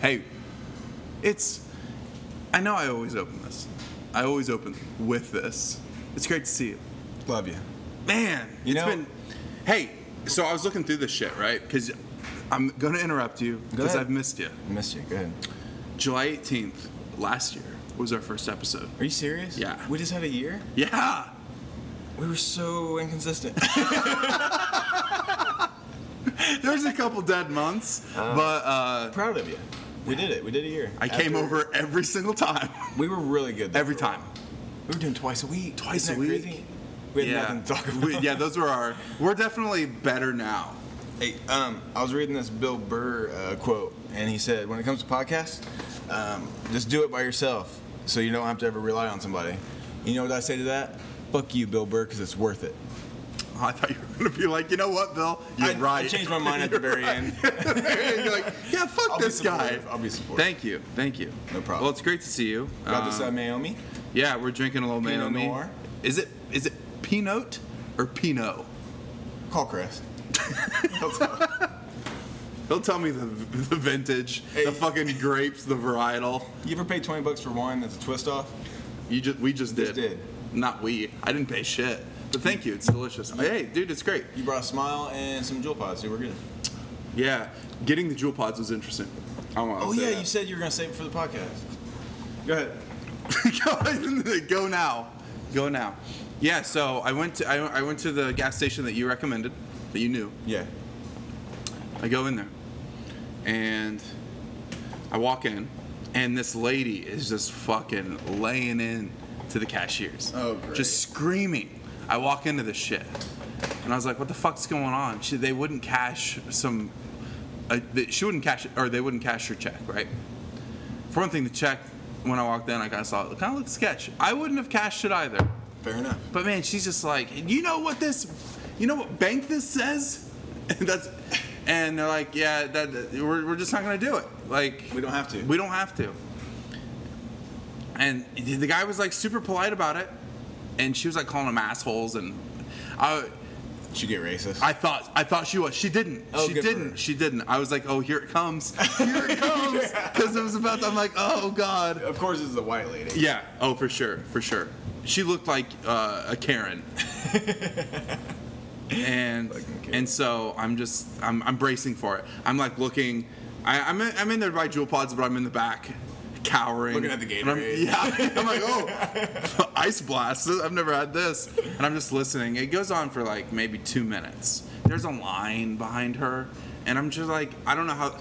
Hey, it's. I know I always open this. I always open with this. It's great to see you. Love you. Man, it's You know- been. Hey, so I was looking through this shit, right? Because I'm going to interrupt you Go because ahead. I've missed you. Missed you. Good. July 18th last year was our first episode. Are you serious? Yeah. We just had a year. Yeah! We were so inconsistent. There's a couple dead months, but uh, Proud of you. We did it. We did a year. I came After- over every single time. We were really good. though Every for a time. while. We were doing twice a week. Twice Isn't a that week? crazy? We had nothing to talk about. We- yeah, those were our. We're definitely better now. Hey, um, I was reading this Bill Burr uh, quote, and he said, "When it comes to podcasts, um, just do it by yourself, so you don't have to ever rely on somebody." You know what I say to that? Fuck you, Bill Burr, because it's worth it. Oh, I thought you were gonna be like, you know what, Bill? You're I- I right. changed my mind at the You're very end. You're like, yeah, fuck I'll be this guy. supportive. I'll be supportive. Thank you, thank you. No problem. Well, it's great to see you. Got this Um, uh, Naomi. yeah, we're drinking a little Pinot Naomi. Noir? Is it is it Pinot or Pinot? Call Chris. He'll tell me the the vintage, Hey. the fucking grapes, the varietal. You ever paid twenty bucks for wine that's a twist off? You just we just Just did. did. Not we. I didn't pay shit. But thank you. It's delicious. Hey, dude, it's great. You brought a smile and some jewel pods. You were good. Yeah, getting the jewel pods was interesting. I want Oh yeah, you said you were gonna save it for the podcast. Go ahead. go, go now, go now. Yeah, so I went to I, I went to the gas station that you recommended, that you knew. Yeah. I go in there, and I walk in, and this lady is just fucking laying in to the cashiers. Oh, great. Just screaming. I walk into this shit, and I was like, "What the fuck's going on?" She, they wouldn't cash some. Uh, they, she wouldn't cash, or they wouldn't cash her check, right? For one thing, the check when I walked in, I kind of saw it. Kind of looked sketch. I wouldn't have cashed it either. Fair enough. But man, she's just like, you know what this, you know what bank this says? And that's, and they're like, yeah, that, that- we're, we're just not gonna do it. Like We don't have to. we don't have to. And the guy was like super polite about it, and she was like calling him assholes, and I, Did you get racist? I thought I thought she was. She didn't. Oh, she good for didn't. her. She didn't. I was like, oh, here it comes, here it comes, because it was about. To, I'm like, oh god. of course, it's the white lady. Yeah. Oh, for sure. For sure. She looked like uh, a Karen. and Fucking Karen. and so I'm just I'm, I'm bracing for it. I'm like looking. I, I'm in, I'm in there by jewel pods, but I'm in the back, cowering. Looking at the And I'm- Gatorade. yeah. I'm like, oh, ice blast. I've never had this. And I'm just listening. It goes on for like maybe two minutes. There's a line behind her, and I'm just like, I don't know how.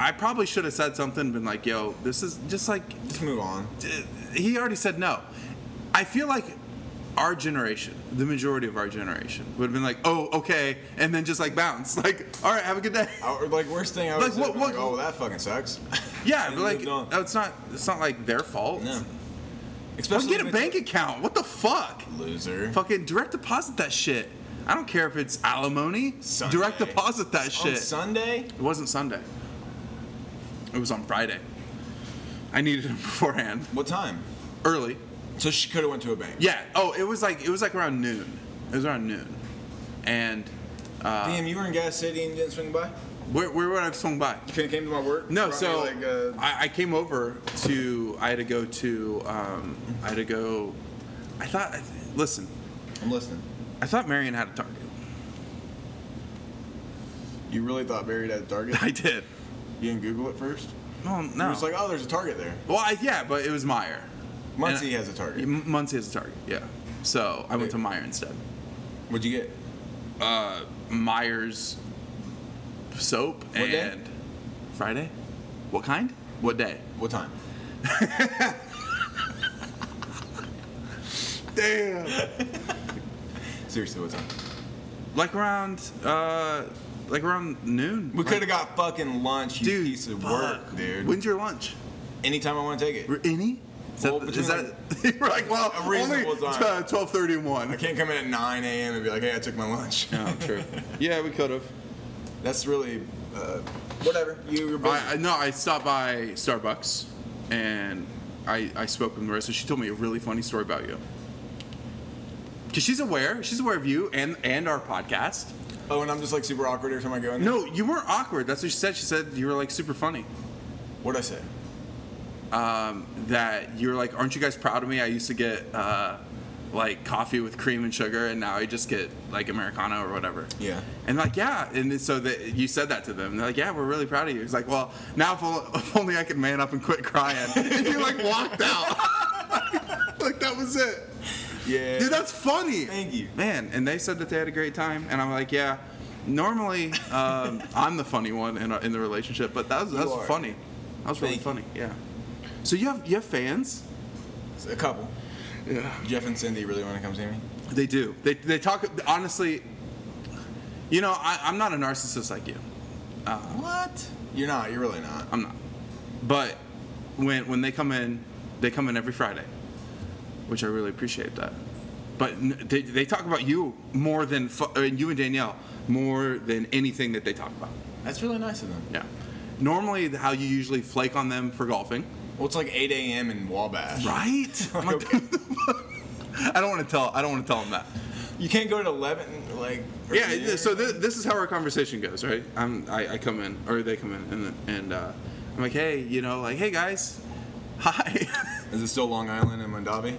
I probably should have said something, been like, yo, this is just like Just move on. he already said no. I feel like our generation, the majority of our generation, would have been like, oh, okay, and then just like bounce. Like, all right, have a good day. Or, like worst thing I would Like, like, what- like, what- oh, that fucking sucks. Yeah, And but like, moved on. oh, it's not, it's not like their fault. no. Well, Especially get a if it's- bank account. What the fuck? Loser. Fucking direct deposit that shit. I don't care if it's alimony. Sunday. Direct deposit that On shit. Sunday. It wasn't Sunday. It was on Friday. I needed it beforehand, What time? early. So she could have went to a bank. Yeah. Oh, it was like it was like around noon. It was around noon, and Damn, you were in Gas City and you didn't swing by. Where, where would I have swung by? You could have came to my work. No, brought me, so like, uh, I, I came over to. I had to go to. Um, I had to go. I thought. Listen, I'm listening. I thought Marion had a target. You really thought Barry had a Target? I did. You didn't Google it first? Well, You no. were just like, oh, there's a Target there. well, I, yeah, but it was Meyer. Muncie And I- has a Target. M- Muncie has a target. Yeah. So I went to Meyer instead. What'd you get? Uh, Meyer's soap What day? and Friday. What kind? What day? What time? Damn. Seriously, what time? Like around. Uh, like around noon. We could have got fucking lunch, you Dude, piece of fuck. work, dude. When's your lunch? Anytime I want to take it. R- Any? Is that, Well, is between, that you're like well a reasonable only time. uh, twelve thirty and I one? can't come in at 9 a.m. and be like, hey, I took my lunch. No, Oh, true. yeah, we could have. That's really, uh, whatever. You, you're I, I no, I stopped by Starbucks and I I spoke with Marissa. She told me a really funny story about you. because she's aware. She's aware of you and and our podcast. Oh, and I'm just like super awkward every time I go in. there? No, you weren't awkward. That's what she said. She said you were like super funny. What'd I say? um, That you were like, aren't you guys proud of me? I used to get uh, like coffee with cream and sugar, and now I just get like americano or whatever. Yeah. And like, yeah, and then- so that you said that to them. They're like, yeah, we're really proud of you. He's like, well, now if, o- if only I could man up and quit crying. and you like walked out. like that was it. Yeah. Dude, that's funny. Thank you. Man, and they said that they had a great time, and I'm like, yeah. Normally, um, I'm the funny one in, in the relationship, but that was, that You was are. funny. That was really Thank you. funny. Yeah. So you have you have fans? a couple. Yeah. Jeff and Cindy really want to come see me. They do. They they talk honestly. You know, I, I'm not a narcissist like you. What? You're not. You're really not. I'm not. But when when they come in, they come in every Friday, which I really appreciate that. But n- they, they talk about you more than fu- I mean, you and Danielle more than anything that they talk about. That's really nice of them. Yeah. Normally, how you usually flake on them for golfing, Well, it's like 8 a.m. in Wabash. right? I'm like, Okay. I don't want to tell. I don't want to tell them that. You can't go at 11, like. early Yeah. dinner. th- So th- this is how our conversation goes, right? I'm, I, I come in, or they come in, and and uh, I'm like, hey, you know, like, hey guys, hi. Is it still Long Island and Mondavi?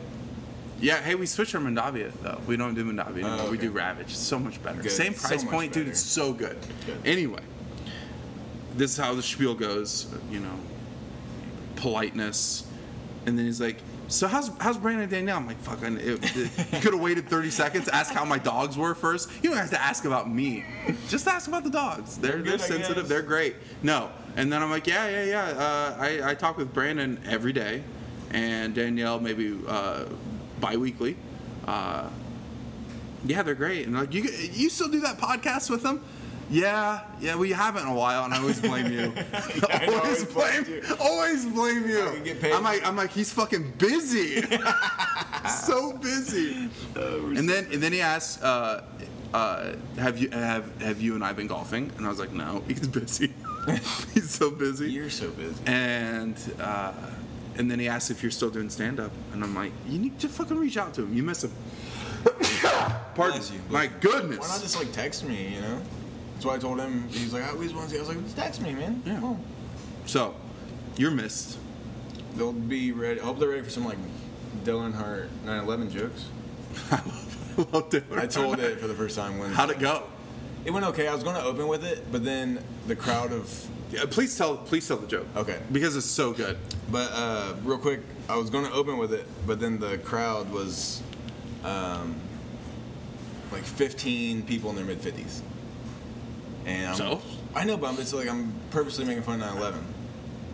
Yeah, hey, we switched our Mondavia though. We don't do Mondavia anymore. We Oh, okay. do Ravage. It's so much better. Good. Same So price much point, dude. better. It's so good. Good. Anyway, this is how the spiel goes. You know, politeness, and then he's like, "So how's how's Brandon and Danielle?" I'm like, "Fuck, I, it, it- you could have waited 30 seconds. Ask how my dogs were first. You don't have to ask about me. Just ask about the dogs. They're they're, They're good, I sensitive. guess. They're great. No." And then I'm like, "Yeah, yeah, yeah. Uh, I I talk with Brandon every day, and Danielle maybe uh, biweekly." Uh, yeah, they're great. And like, you you still do that podcast with them? Yeah, yeah, we haven't in a while, and I always blame you. I know, I always always blame, blamed you. always blame you. I could get paid. am like, I'm like, he's fucking busy, so busy. and then, and then he asks, uh, uh, "Have you have have you and I been golfing?" And I was like, "No, he's busy. he's so busy." You're so busy. and uh, and then he asked if you're still doing stand up, and I'm like, you need to fucking reach out to him. You miss him. Pardon Bless you. My Why not goodness. just like text me, you know? That's why I told him. He's like, I always want to see. I was like, just text me, man. Yeah. Come on. So, you're missed. They'll be ready. I hope they're ready for some like Dylan Hart 9/11 jokes. Loved it. I told it for the first time when How'd it go? it went okay. I was going to open with it, but then the crowd of Yeah, please tell. Please tell the joke. Okay. Because it's so good. But uh, real quick, I was going to open with it, but then the crowd was um, like 15 people in their mid 50s. And I'm, So? I know, but I'm just like I'm purposely making fun of 9/11.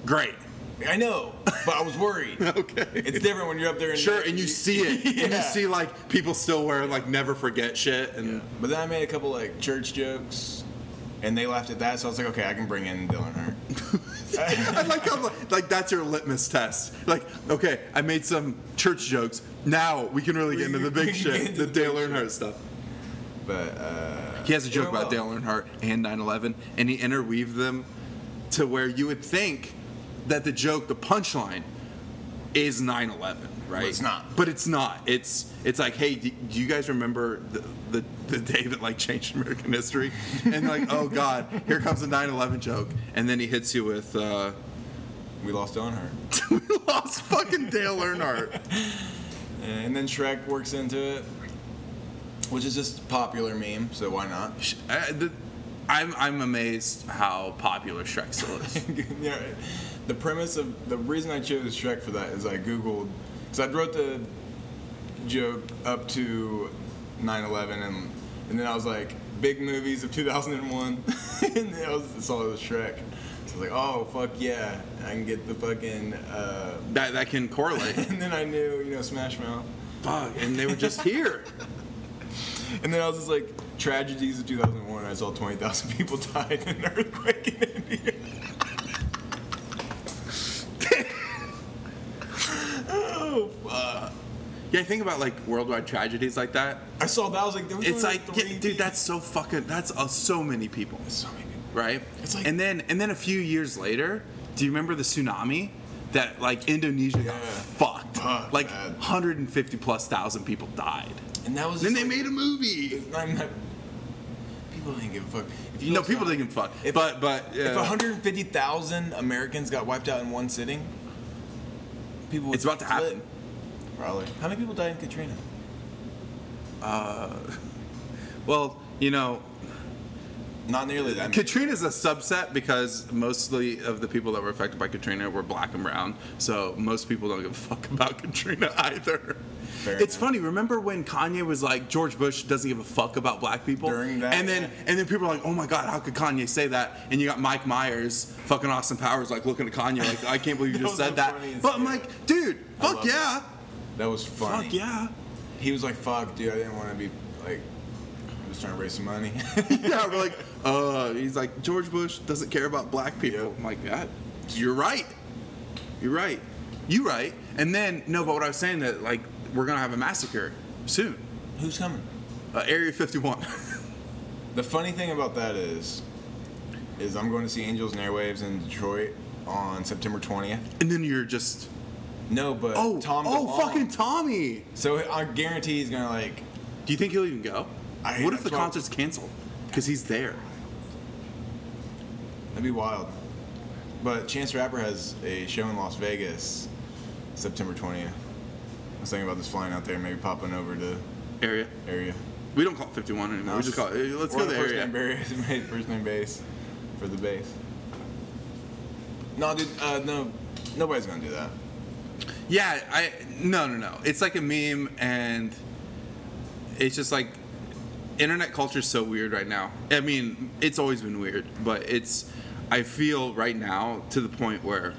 Great. I know, but I was worried. Okay. It's different when you're up there. And sure, and you see it, and you Yeah. see like people still wearing like never forget shit, and But then I made a couple like church jokes, and they laughed at that. So I was like, okay, I can bring in Dylan Hart. I like how like that's your litmus test. Like, okay, I made some church jokes. Now we can really get into the big We can get shit, the into the Dale Earnhardt stuff. But uh, He has a joke Yeah, about Dale well. Earnhardt and 9/11, and he interweaved them to where you would think that the joke, the punchline, is 9/11, right? it's not. But it's not. It's it's like, hey, do do you guys remember the, the the day that like changed American history? And like, oh God, here comes a 9/11 joke, and then he hits you with. Uh, we lost Dylan Hart. we lost fucking Dale Earnhardt. And then Shrek works into it, which is just popular meme, so why not? Sh- I, the, I'm, I'm amazed how popular Shrek still is. yeah, the premise of the reason I chose Shrek for that is I googled because I wrote the joke up to 9/11 and and then I was like big movies of 2001 and then I was, saw the Shrek. So I was like, oh fuck yeah, I can get the fucking. Uh, that, that can correlate. and then I knew, you know, Smash Mouth. Fuck, and they were just here. And then I was just like, tragedies of 2001. I saw 20,000 people died in an earthquake in India. oh, fuck. Yeah, think about like worldwide tragedies like that. I saw that. I was like, there was It's only like, yeah, three dude, that's so fucking, that's uh, so many people, people. so many people. right? It's like- and then and then a few years later, do you remember the tsunami? That like Indonesia got Yeah. fucked. Fuck, like man. 150 plus thousand people died. And that was. Then just they like- made a movie. I'm not- people didn't give a fuck. If No, look people at- didn't give a fuck. If, But- but, if uh, 150,000 Americans got wiped out in one sitting, people. would It's about to flip. happen. Probably. How many people died in Katrina? Well, you know, Not nearly that. many. Katrina's a subset because mostly of the people that were affected by Katrina were black and brown. So most people don't give a fuck about Katrina either. Fair it's enough. funny. Remember when Kanye was like George Bush doesn't give a fuck about black people, During that, and then yeah. and then people are like, oh my god, how could Kanye say that? And you got Mike Myers, fucking Austin Powers, like looking at Kanye like, I can't believe you That just was said the that. funniest But I'm shit. like, dude, I fuck love it. yeah, That was funny. fuck yeah, He was like, fuck, dude, I didn't want to be like. I'm just trying to raise some money. yeah. We're like, uh, he's like George Bush doesn't care about black people. Yep. I'm like, that you're right. You're right. You right. And then no, but what I was saying that like we're gonna have a massacre soon. Who's coming? Uh, Area 51. The funny thing about that is, is I'm going to see Angels and Airwaves in Detroit on September 20th. and then you're just No, but oh Tom. oh DeLonge- fucking Tommy. So I guarantee he's gonna like. Do you think he'll even go? I- what if the that's what- concert's canceled? Because he's there. That'd be wild. But Chance the Rapper has a show in Las Vegas, September 20th. I was thinking about this flying out there, maybe popping over to Area. area. We don't call it 51 anymore. we just call it. Let's We're go on to first area. Name base, first name base for the base. No, dude. Uh, no, nobody's gonna do that. Yeah, I no no no. It's like a meme, and it's just like internet culture is so weird right now. I mean, it's always been weird, but it's I feel right now to the point where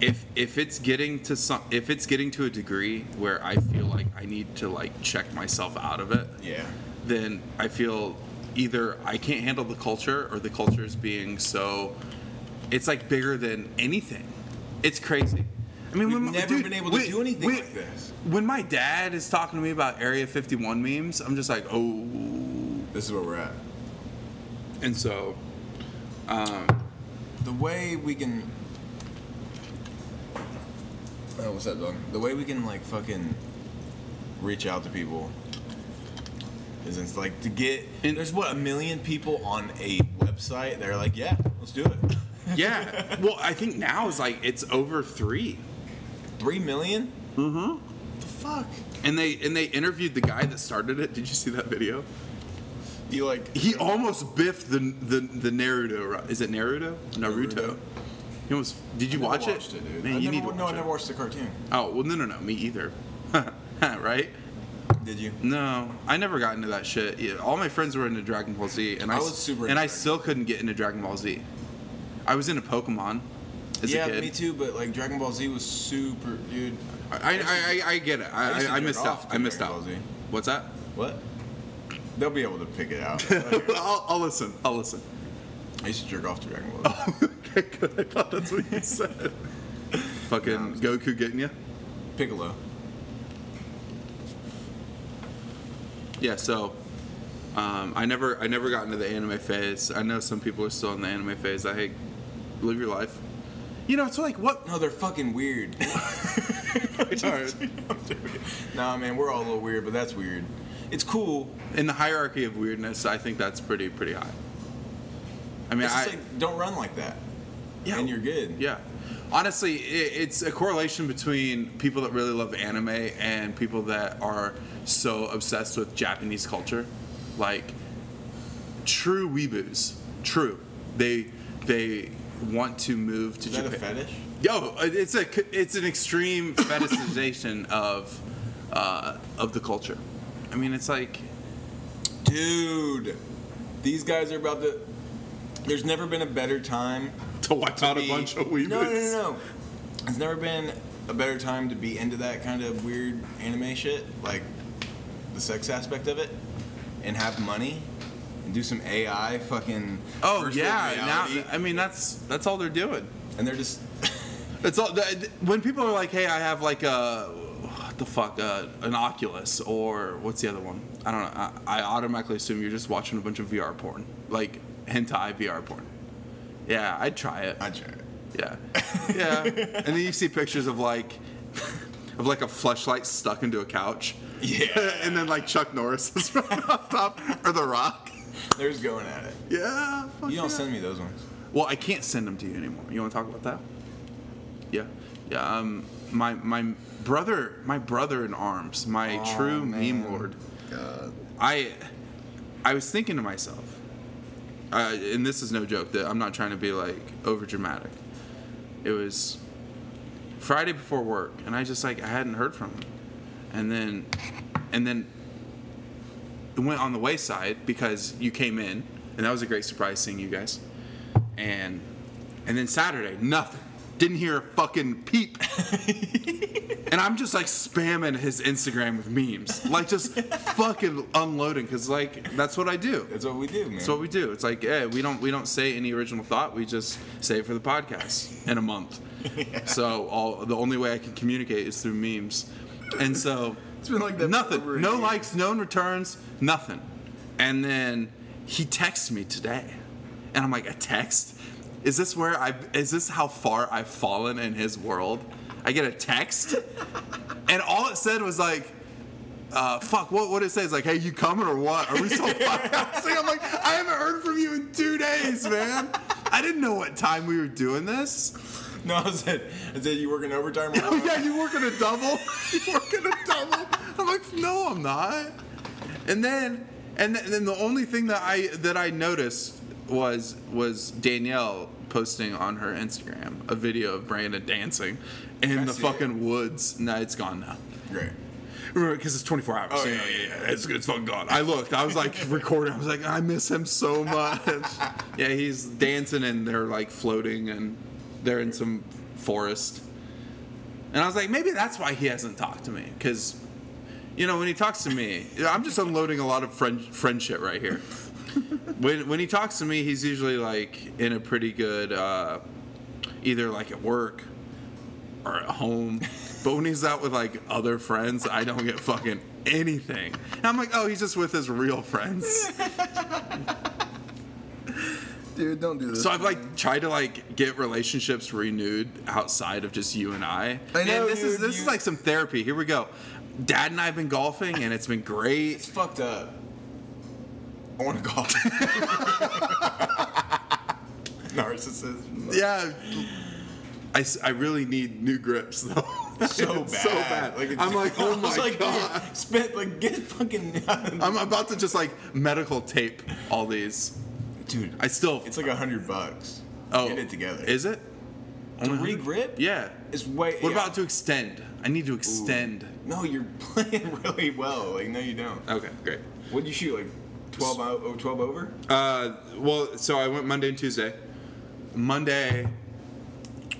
if if it's getting to some if it's getting to a degree where I feel like I need to like check myself out of it, Yeah. then I feel either I can't handle the culture or the culture is being so. It's like bigger than anything. It's crazy. I mean, We've when my- never dude, been able to we- do anything we- like this. When my dad is talking to me about Area 51 memes, I'm just like, oh. This is where we're at. And so, the way we can oh what's that dog the way we can like fucking reach out to people is it's like to get And- there's what a million people on a website they're like yeah let's do it yeah. well, I think now is like it's over three. three million mm-hmm the fuck And they and they interviewed the guy that started it. Did you see that video? you like He almost biffed the the, the Naruto. ri- Is it Naruto? Naruto. Naruto. He almost. Did you Never watch watched it? dude. Man, I you never, need to no watch I never it. watched the cartoon Oh well, no, no, no, me either. right? did you No, I never got into that shit. Yeah, all my friends were into Dragon Ball Z, and I, I s- was super and into I Dragon still couldn't get into Dragon Ball Z. I was into Pokemon as yeah a kid. me too but like Dragon Ball Z was super dude I, I, I, I get it. I I, used to I, I jerk missed off out. to I missed Dragon out. Ball Z. What's that? what they'll be able to pick it out I'll, I'll listen. I'll listen. I used to jerk off to Dragon Ball Z okay, good. I thought that's what you said. Fucking Goku getting you. Piccolo. Yeah, so um, I never I never got into the anime phase. I know some people are still in the anime phase. I hate live your life. You know, it's like what No, they're fucking weird. I'm joking. nah, man, we're all a little weird, but that's weird. It's cool. in the hierarchy of weirdness, I think that's pretty pretty high. I mean, It's I just like don't run like that. yeah, and you're good. yeah. Honestly, it, it's a correlation between people that really love anime and people that are so obsessed with Japanese culture, like true weeboos. True, they they want to move to Is that a Japan. fetish? Yo, it's a it's an extreme fetishization of uh, of the culture. I mean, it's like Dude, these guys are about to. There's never been a better time. to wipe to out be- a bunch of weebus. No, no, no, no. There's never been a better time to be into that kind of weird anime shit, like the sex aspect of it, and have money and do some AI fucking. Oh virtual yeah, reality. now I mean that's that's all they're doing. and they're just It's all th- th- when people are like, "Hey, I have like a what the fuck uh, an Oculus or what's the other one?" I don't know. I, I automatically assume you're just watching a bunch of VR porn, like hentai VR porn. Yeah, I'd try it. I try it. Yeah, yeah. and then you see pictures of like, of like a flashlight stuck into a couch, Yeah. and then like Chuck Norris is right on top, or The Rock. There's going at it. Yeah. fuck You don't yeah. send me those ones. Well, I can't send them to you anymore. You want to talk about that? Yeah, yeah. Um, my my brother, my brother in arms, my Aw, true man. meme lord. I I was thinking to myself, uh, and this is no joke. That I'm not trying to be like over dramatic. It was Friday before work, and I just like I hadn't heard from him, and then and then it went on the wayside because you came in, and that was a great surprise seeing you guys, and and then Saturday nothing. Didn't hear a fucking peep. And I'm just like spamming his Instagram with memes. Like just fucking unloading cuz like that's what I do. That's what we do, man. That's what we do. It's like, hey, we don't we don't say any original thought. We just say it for the podcast in a month. So all the only way I can communicate is through memes. And so It's been like that for over Nothing. a No year. likes, no returns, nothing. And then he texts me today, and I'm like, a text? Is this where I? Is this how far I've fallen in his world? I get a text, and all it said was like. Uh, fuck, what what it says like, hey, you coming or what? Are we still podcasting? I'm like, I haven't heard from you in two days, man. I didn't know what time we were doing this. No, I said, I said you working overtime. Oh yeah, you working a double? You working a double? I'm like, no, I'm not. And then, and th- then the only thing that I that I noticed was was Danielle posting on her Instagram a video of Brandon dancing in I the see fucking woods. Now it's gone now. Great. Remember, because it's 24 hours. Oh, so, yeah, you know, yeah, It's, it's fucking gone. I looked. I was like recording. I was like, I miss him so much. yeah, he's dancing and they're like floating and they're in some forest. And I was like, maybe that's why he hasn't talked to me. Because, you know, when he talks to me, you know, I'm just unloading a lot of friend, friendship right here. when, when he talks to me, he's usually like in a pretty good, uh, either like at work or at home. But when he's out with like other friends, I don't get fucking anything. And I'm like, oh, he's just with his real friends. Dude, don't do this. So I've like tried to like get relationships renewed outside of just you and I. I know, and this is dude, this you- is like some therapy. Here we go. Dad and I have been golfing and it's been great. it's fucked up. I want to golf. Narcissism. Yeah. I, s- I really need new grips though. So bad. It's So bad. it's- I'm like, I oh was my like, god. dude, Spent like get fucking. I'm about to just like medical tape all these. dude, I still it's like a hundred bucks. oh get it together. Is it? to Only re hundred? grip? Yeah. It's way. What yeah. about to extend? I need to extend. No, you're playing really well. Like no, you don't. Okay, great. What'd you shoot? Like 12, o- oh, 12 over? Uh, well, so I went Monday and Tuesday. Monday,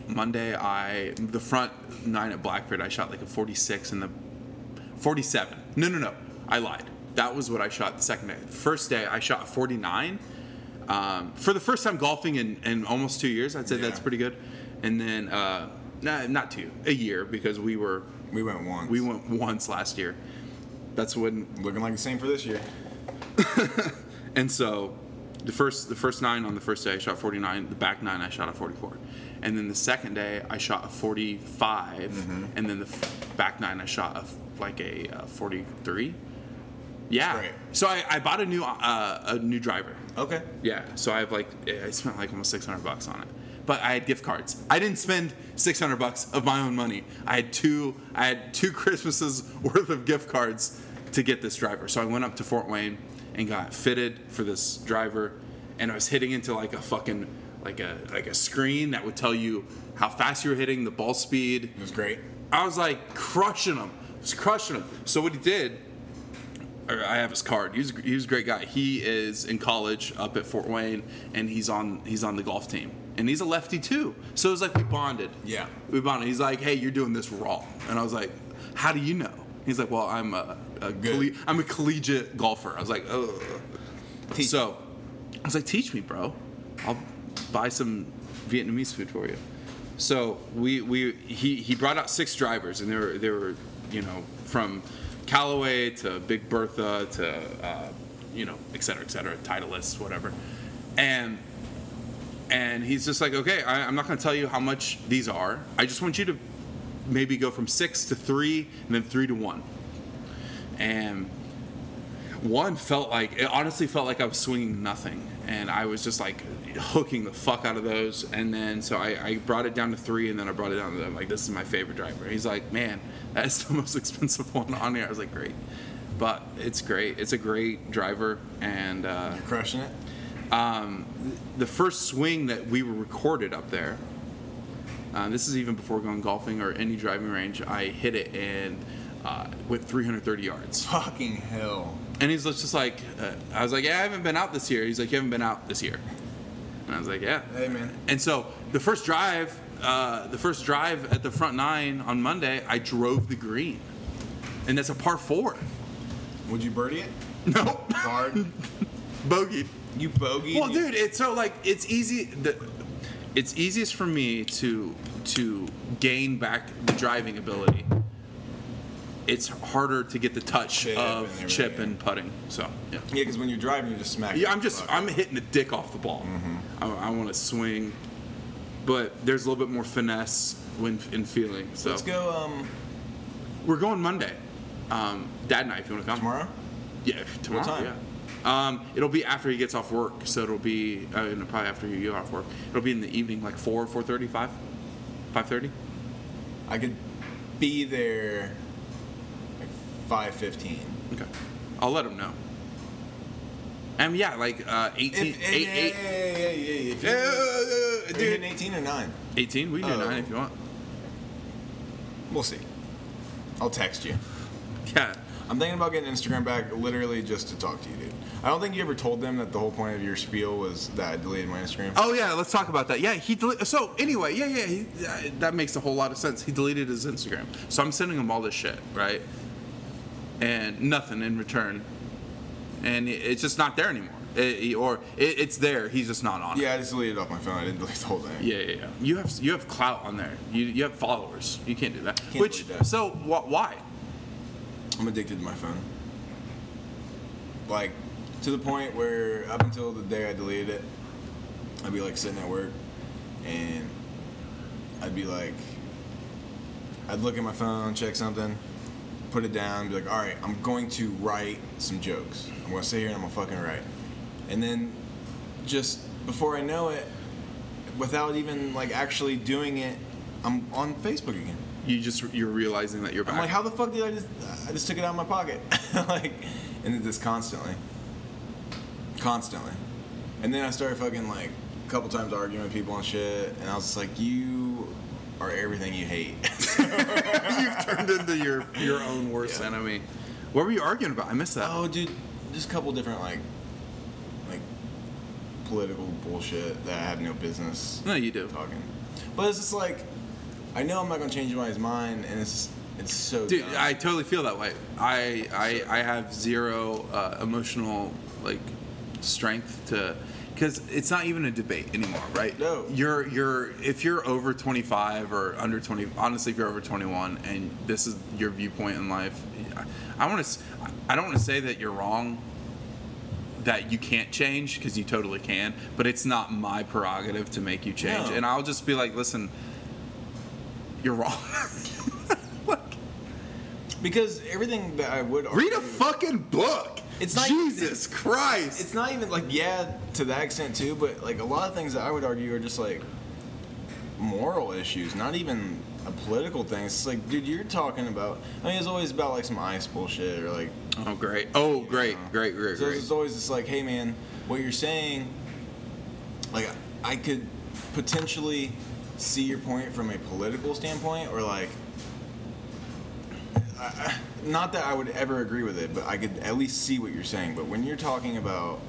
Monday, I the front nine at Blackford, I shot like a 46 and the 47. No, no, no, I lied. That was what I shot the second day. First day, I shot a 49. Um, for the first time golfing in, in almost two years, I'd say that's Yeah. pretty good. And then, uh, nah, not two, a year because we were We went once. we went once last year. That's when looking like the same for this year. And so, the first the first nine on the first day I shot 49. The back nine I shot a 44, and then the second day I shot a 45, and then the f- back nine I shot a, f- like a, uh 43. Yeah. Great. So I, I bought a new uh, a new driver. Okay. Yeah. So I have like eh, I spent like almost 600 bucks on it. But I had gift cards. I didn't spend 600 bucks of my own money. I had two I had two Christmases worth of gift cards to get this driver. So I went up to Fort Wayne and got fitted for this driver and I was hitting into like a fucking like a like a screen that would tell you how fast you were hitting, the ball speed, It was great. I was like crushing him. was crushing him. So what he did, or I have his card. He was he was a great guy. He is in college up at Fort Wayne, and he's on he's on the golf team, and he's a lefty too. So it was like we bonded. Yeah. we bonded. He's like, hey, you're doing this wrong, and I was like, how do you know? He's like, well, I'm a, a Good. colle- I'm a collegiate golfer. I was like, oh. Teach. So I was like, teach me, bro. I'll buy some Vietnamese food for you. So we, we he, he brought out six drivers, and they were, they were you know, from Callaway to Big Bertha to, uh, you know, et cetera, et cetera, Titleist, whatever. And and he's just like, okay, I, I'm not going to tell you how much these are. I just want you to maybe go from six to three, and then three to one. and one felt like it honestly felt like I was swinging nothing, and I was just like hooking the fuck out of those. And then so I, I brought it down to three, and then I brought it down to them. Like this is my favorite driver. He's like, man, that's the most expensive one on here. I was like, great, but it's great. It's a great driver, and uh, Crushing it. um, the first swing that we were recorded up there. Uh, this is even before going golfing or any driving range. I hit it and uh, went 330 yards. Fucking hell. And he's just like, uh, I was like, yeah, I haven't been out this year. He's like, you haven't been out this year. And I was like, yeah. Hey man. And so the first drive, uh, the first drive at the front nine on Monday, I drove the green, and that's a par four. Would you birdie it? Nope, Hard. bogey. you bogey. Well, dude, it's so like it's easy. The, it's easiest for me to to gain back the driving ability. It's harder to get the touch Chip and of everything, chip yeah. and putting. So yeah. Yeah, because when you're driving, you're just smacking. Yeah, the I'm just fuck. I'm hitting the dick off the ball. Mm-hmm. I, I want to swing, but there's a little bit more finesse when in feeling. So Let's go um, we're going Monday. Um, Dad and I, if you want to come tomorrow. Yeah, tomorrow. time? Yeah. Um, it'll be after he gets off work, so it'll be uh, and probably after you get off work. It'll be in the evening, like four, four thirty, five, five thirty. I could be there like five fifteen. Okay, I'll let him know. And yeah, like uh, 18, If, eight, yeah, eight, yeah, yeah, yeah, yeah, If you, Yeah, are you dude. hitting eighteen or nine? 18? We can do Oh. nine if you want. We'll see. I'll text you. Yeah. I'm thinking about getting Instagram back, literally just to talk to you, dude. I don't think you ever told them that the whole point of your spiel was that I deleted my Instagram. Oh yeah, let's talk about that. Yeah, he dele- so anyway, yeah, yeah, he, uh, that makes a whole lot of sense. He deleted his Instagram, so I'm sending him all this shit, right? And nothing in return, and it- it's just not there anymore. It- it- or it, it's there, he's just not on it. Yeah, I just deleted it off my phone. I didn't delete the whole thing. Yeah, yeah, yeah. You have you have clout on there. You you have followers. You can't do that. Which delete that. so wh- why? I'm addicted to my phone. Like, to the point where up until the day I deleted it, I'd be like sitting at work and I'd be like, I'd look at my phone, check something, put it down, be like, all right, I'm going to write some jokes. I'm going to sit here and I'm going to fucking write. And then just before I know it, without even like actually doing it, I'm on Facebook again. You just you're realizing that you're back. I'm like, how the fuck did I just? I just took it out of my pocket, like, and did this constantly, constantly, and then I started fucking like a couple times arguing with people and shit, and I was just like, you are everything you hate. You've turned into your your own worst Yeah. enemy. What were you arguing about? I missed that. oh, dude, just a couple different like, like, political bullshit that I have no business No, you do. talking, but it's just like, I know I'm not gonna change anybody's mind, and it's just, it's so Dude, dumb. I totally feel that way. I I, I have zero uh, emotional like strength to because it's not even a debate anymore, right? No. You're you're if you're over 25 or under 20. Honestly, if you're over 21 and this is your viewpoint in life, I want to. I don't want to say that you're wrong. That you can't change because you totally can, but it's not my prerogative to make you change. No. And I'll just be like, listen, you're wrong. like, because everything that I would Read a argue- fucking book. It's not- Jesus Christ. it's not even like yeah to that extent too but like a lot of things that i would argue are just like moral issues not even a political thing it's like dude you're talking about i mean it's always about like some ice bullshit or like oh great. Oh great. know. Great. Great. so Great. it's always just like hey man what you're saying like i could potentially see your point from a political standpoint or like I- I- not that I would ever agree with it, but I could at least see what you're saying. But when you're talking about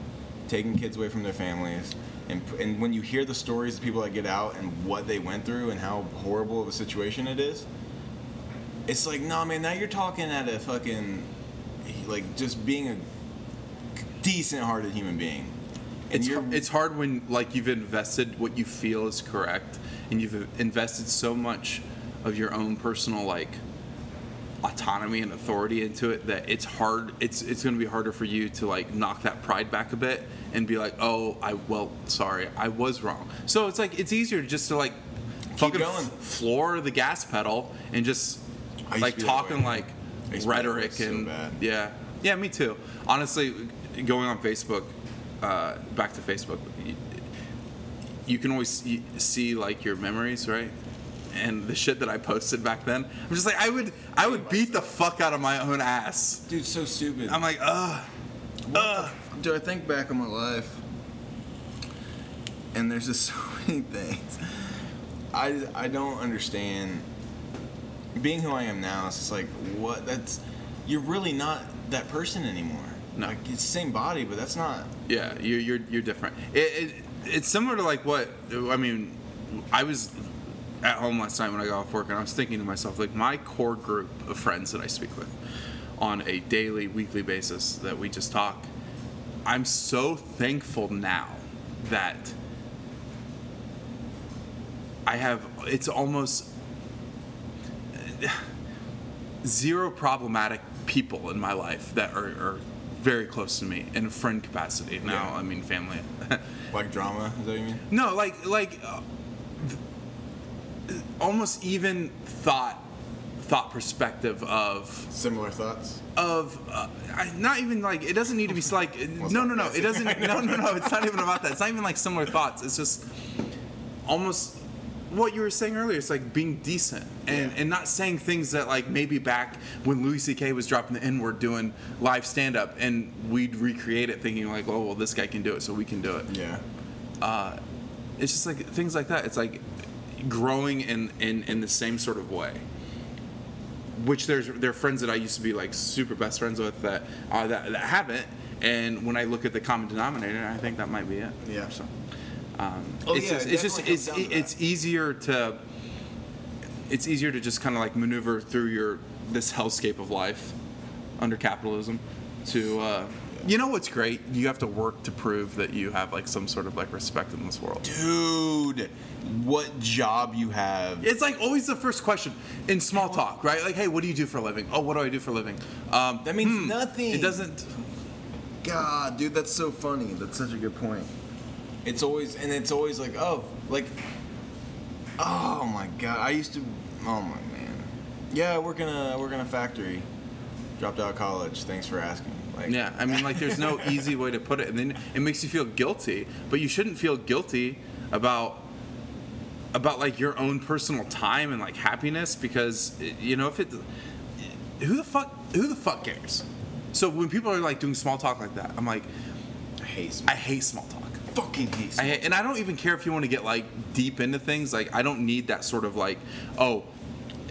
taking kids away from their families, and and when you hear the stories of people that get out and what they went through and how horrible of a situation it is, it's like, nah, man, now you're talking at a fucking like just being a decent-hearted human being. And it's, you're, har- it's hard when like you've invested what you feel is correct and you've invested so much of your own personal like autonomy and authority into it that it's hard it's it's going to be harder for you to like knock that pride back a bit and be like oh i well sorry i was wrong so it's like it's easier just to like fucking going. f- floor the gas pedal and just I used to like be that way. talking like Makes me rhetoric so and bad. yeah, yeah, me too. Honestly, going on Facebook, uh, back to Facebook, you, you can always y- see like your memories, right? And the shit that I posted back then, I'm just like, I would, I would beat the fuck out of my own ass. Dude, so stupid. I'm like, ugh, ugh. Do I think back on my life, and there's just so many things I I don't understand. Being who I am now, it's just like what that's you're really not that person anymore. No. Like it's the same body, but that's not. Yeah, you're you're you're different. It, it it's similar to like what I mean. I was at home last night when I got off work, and I was thinking to myself, like my core group of friends that I speak with on a daily, weekly basis that we just talk. I'm so thankful now that I have. It's almost zero problematic people in my life that are, are very close to me in a friend capacity. Now, Yeah. I mean, family. Like drama, is that what you mean? no, like, like, uh, th- almost even thought, thought perspective of Similar thoughts. of uh, I- not even like it doesn't need to be s- like no no no it doesn't no no no it's not even about that it's not even like similar thoughts it's just almost what you were saying earlier it's like being decent and and not saying things that like maybe back when Louis C.K. was dropping the N word doing live stand up and we'd recreate it thinking like oh well this guy can do it so we can do it Yeah. it's just like things like that. It's like growing in in, in the same sort of way. Which there's there are friends that I used to be like super best friends with that uh, that, that haven't, and when I look at the common denominator, I think that might be it. Yeah. So, um, Oh, it's yeah, just it it's just definitely it's comes down to it's easier to it's easier to just kind of like maneuver through your this hellscape of life under capitalism to uh, you know what's great you have to work to prove that you have like some sort of like respect in this world Dude, what job you have? It's like always the first question in small talk, right? Like, hey, what do you do for a living? Oh, what do I do for a living? Um, That means nothing. It doesn't. God, dude, that's so funny. That's such a good point. It's always and it's always like, oh, like oh my god. I used to oh my man. Yeah, I work in a I work in a factory. Dropped out of college. Thanks for asking. Like Yeah, I mean, like, there's no easy way to put it, and then it makes you feel guilty. But you shouldn't feel guilty about about like your own personal time and like happiness because eh, you know if it who the fuck who the fuck cares. So when people are like doing small talk like that, I'm like, I hate small, I hate small talk. I fucking I, hate small. and I don't even care if you want to get like deep into things. Like I don't need that sort of like, oh,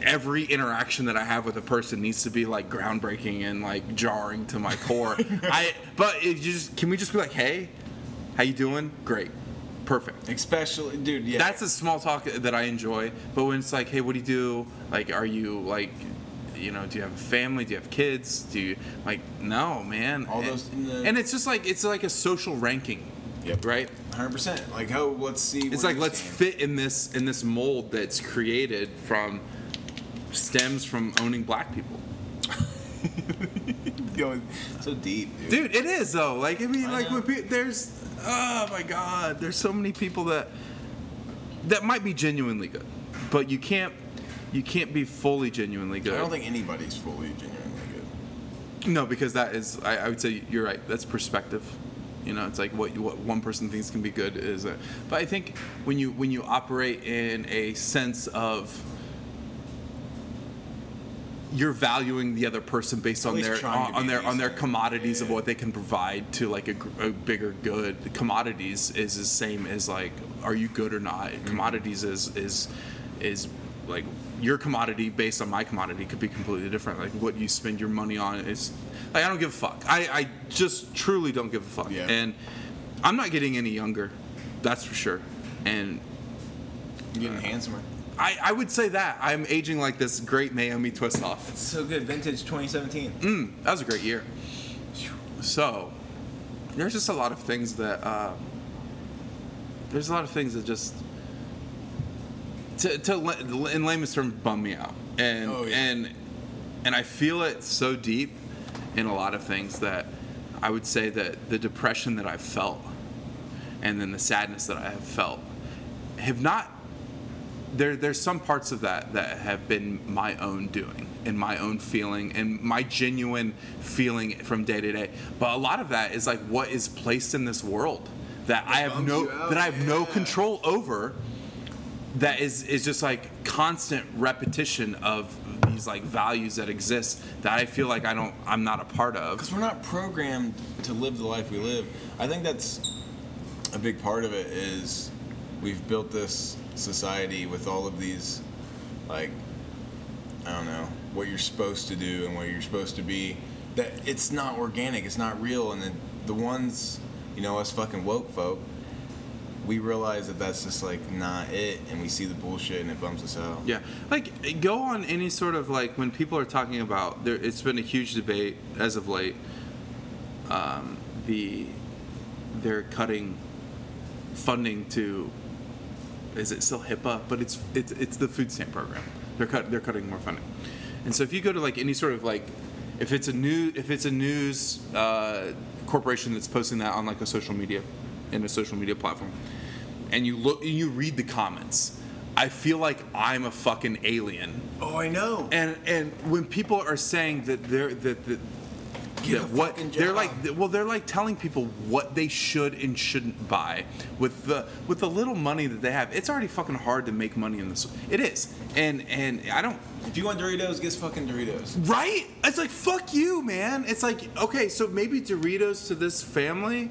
every interaction that I have with a person needs to be like groundbreaking and like jarring to my core. I but if you just can we just be like, hey, how you doing? Great, perfect. Especially dude, yeah. That's a small talk that I enjoy. But when it's like, hey, what do you do? Like, are you like, you know, do you have a family? Do you have kids? Do you like? No, man. All those- And, and it's just like it's like a social ranking. Yep. Right. 100%. Like, oh, let's see. It's where like you let's stand. fit in this in this mold that's created from stems from owning black people. Going so deep, dude. Dude, it is though. Like I mean, I like know. when pe- there's oh my god, there's so many people that that might be genuinely good, but you can't you can't be fully genuinely good. I don't think anybody's fully genuinely good. no, because that is I, I would say you're right. That's perspective. You know, it's like what what one person thinks can be good is. A, but I think when you when you operate in a sense of you're valuing the other person based on least their trying to on, be their on their decent. commodities of Yeah. what they can provide to like a, gr- a bigger good. The commodities is the same as like are you good or not. Commodities is is is like your commodity based on my commodity could be completely different. Like what you spend your money on is like I don't give a fuck. I I just truly don't give a fuck. Yeah. And I'm not getting any younger, that's for sure. And You're getting handsomer. I, I would say that I'm aging like this great Naomi Twistoff. So good. Vintage 2017. Mm, that was a great year. So, there's just a lot of things that uh, there's a lot of things that just to, to la- in layman's terms bum me out, and Oh, yeah. and and I feel it so deep in a lot of things that I would say that the depression that I've felt and then the sadness that I have felt have not there there's some parts of that that have been my own doing and my own feeling and my genuine feeling from day to day. But a lot of that is like what is placed in this world that I have bums no you out, that I have no yeah. control over. That is is just like constant repetition of these like values that exist that I feel like I don't I'm not a part of. Because we're not programmed to live the life we live. I think that's a big part of it is we've built this society with all of these, like, I don't know, what you're supposed to do and what you're supposed to be. That it's not organic, it's not real. And the, the ones, you know, us fucking woke folk, we realize that that's just like not it, and we see the bullshit and it bums us out. Yeah, like go on any sort of like when people are talking about there. It's been a huge debate as of late. Um, the they're cutting funding to is it still HIPAA? But it's it's it's the food stamp program. They're cut they're cutting more funding, and so if you go to like any sort of like if it's a new if it's a news uh, corporation that's posting that on like a social media in a social media platform, and you look and you read the comments, I feel like I'm a fucking alien. Oh, I know. And and when people are saying that they're that that, Get a that what fucking they're job. like well they're like telling people what they should and shouldn't buy with the with the little money that they have. It's already fucking hard to make money in this. It is. And and I don't if you want Doritos, get fucking Doritos. Right? It's like fuck you, man. It's like okay, so maybe Doritos to this family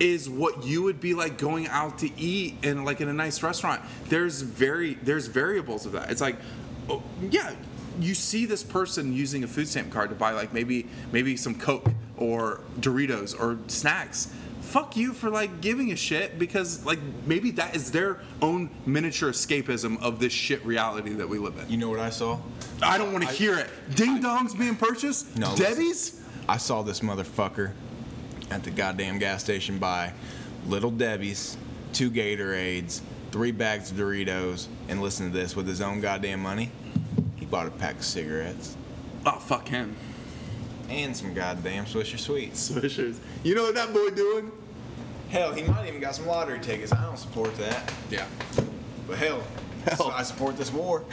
is what you would be like going out to eat and like in a nice restaurant. There's very there's variables of that. It's like oh, yeah, you see this person using a food stamp card to buy like maybe maybe some Coke or Doritos or snacks. Fuck you for like giving a shit because like maybe that is their own miniature escapism of this shit reality that we live in. You know what I saw? I don't want to hear it. Ding dongs being purchased. No, listen. Debbie's. I saw this motherfucker at the goddamn gas station buy Little Debbie's, two Gatorades, three bags of Doritos, and listen to this with his own goddamn money. He bought a pack of cigarettes Oh fuck him. and some goddamn Swisher Sweets. Swishers. You know what that boy doing? Hell, he might even got some lottery tickets. I don't support that, Yeah. but hell, Hell. I support this war.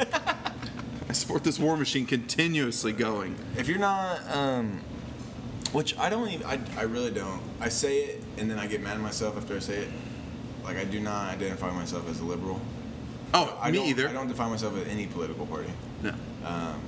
I support this war machine continuously going. If you're not, um, which I don't even, I, I really don't. I say it and then I get mad at myself after I say it. Like, I do not identify myself as a liberal. Oh, I me don't, either. I don't define myself as any political party. No. Um,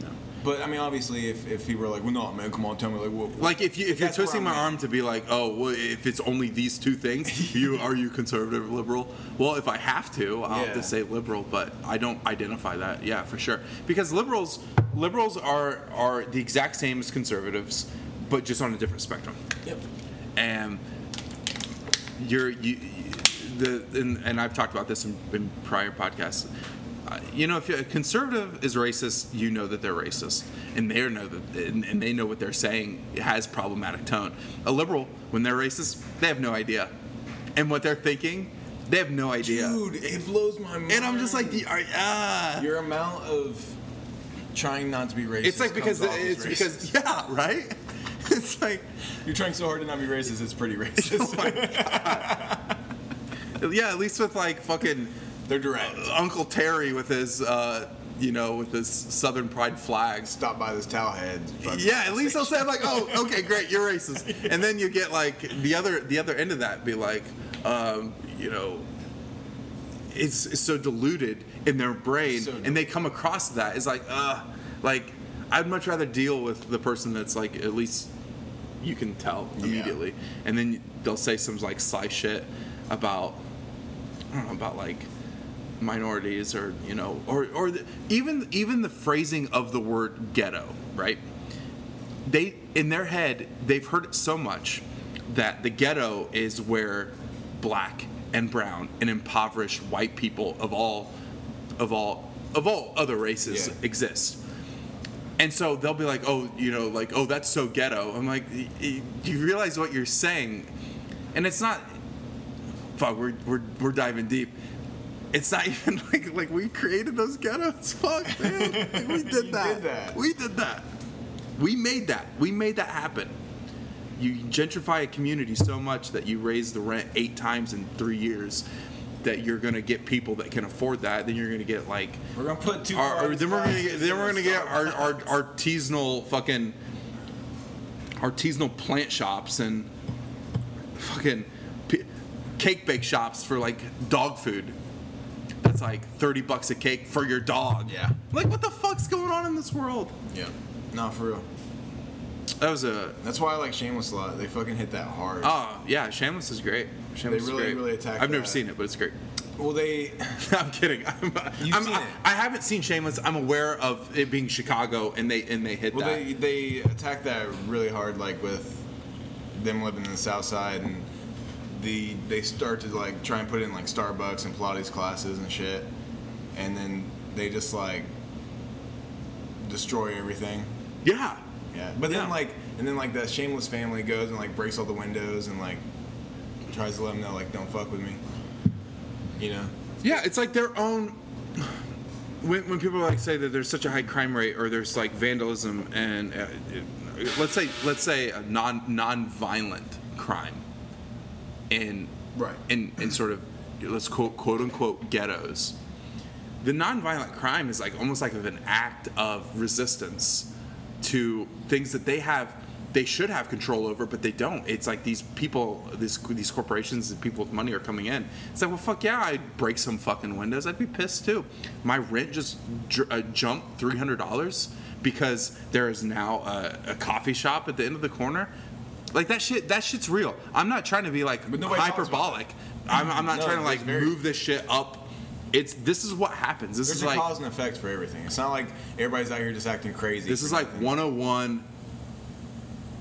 No. but I mean, obviously, if, if people are like, well, no, man, come on, tell me, like, what? Like if you if That's you're where twisting my I'm at. arm to be like, oh, well, if it's only these two things, you are you conservative or liberal? Well, if I have to, I'll Yeah. have to say liberal, but I don't identify that. Yeah, for sure. Because liberals liberals are are the exact same as conservatives, but just on a different spectrum. Yep. and you're you the and, and I've talked about this in, in prior podcasts. Uh, You know, if a conservative is racist, you know that they're racist, and they know that, and, and they know what they're saying has problematic tone. A liberal, when they're racist, they have no idea, and what they're thinking, they have no idea. Dude, it blows my mind. and I'm just like, the, are- ah. your amount of trying not to be racist. it's like because comes off it's as racist. because yeah, right. It's like oh you're trying so hard to not be racist. It's pretty racist. yeah, at least with like fucking They're direct. Uncle Terry with his, uh, you know, with his Southern Pride flags. Stop by this towel head. Fuck. Yeah, at least they'll say like, "Oh, okay, great, you're racist," and then you get like the other the other end of that be like, um, you know, it's, it's so diluted in their brain, So and they come across that as like, uh, like I'd much rather deal with the person that's like at least you can tell Yeah. immediately, and then they'll say some like sly shit about I don't know about like minorities or you know or or the, even even the phrasing of the word ghetto right they in their head they've heard it so much that the ghetto is where black and brown and impoverished white people of all of all of all other races Yeah. exist and so they'll be like, oh, you know, like, oh, that's so ghetto. I'm like, y- y- do you realize what you're saying? And it's not, fuck, we're, we're, we're diving deep. It's not even like, like we created those ghettos. Fuck, man. Like, we You did did that. that. We did that. We made that. We made that happen. You gentrify a community so much that you raise the rent eight times in three years. that you're going to get people that can afford that, then you're going to get like We're gonna put two. our, our- then we're gonna get, classes then we're in gonna the get our, Starbucks. our artisanal fucking artisanal plant shops and fucking p- cake bake shops for like dog food. That's like thirty bucks a cake for your dog. Yeah. Like what the fuck's going on in this world? Yeah. No, for real. That was a That's why I like Shameless a lot. They fucking hit that hard. oh yeah, Shameless is great. Shameless really, is great. really attack I've never that. seen it, but it's great. well, they. I'm kidding. I'm, You've I'm- seen I, it. I haven't seen Shameless. I'm aware of it being Chicago, and they and they hit Well, that. they they attack that really hard, like with them living in the South Side, and the they start to like try and put in like Starbucks and Pilates classes and shit, and then they just like destroy everything. yeah, Yeah, but then Yeah. like, and then like that shameless family goes and like breaks all the windows and like tries to let them know like don't fuck with me, you know. yeah. It's like their own. When, when people like say that there's such a high crime rate, or there's like vandalism, and uh, it- let's say let's say a non non-violent crime, in Right. in in sort of let's quote quote unquote ghettos, the nonviolent crime is like almost like of an act of resistance to things that they have they should have control over but they don't it's like these people this, these corporations and people with money are coming in it's like well fuck yeah i'd break some fucking windows i'd be pissed too my rent just dr- uh, jumped $300 because there is now a, a coffee shop at the end of the corner like that shit that shit's real i'm not trying to be like But nobody talks about hyperbolic I'm, I'm not No, trying to there's like very- move this shit up it's this is what happens this There's is a like cause and effect for everything. It's not like everybody's out here just acting crazy. This is like 101.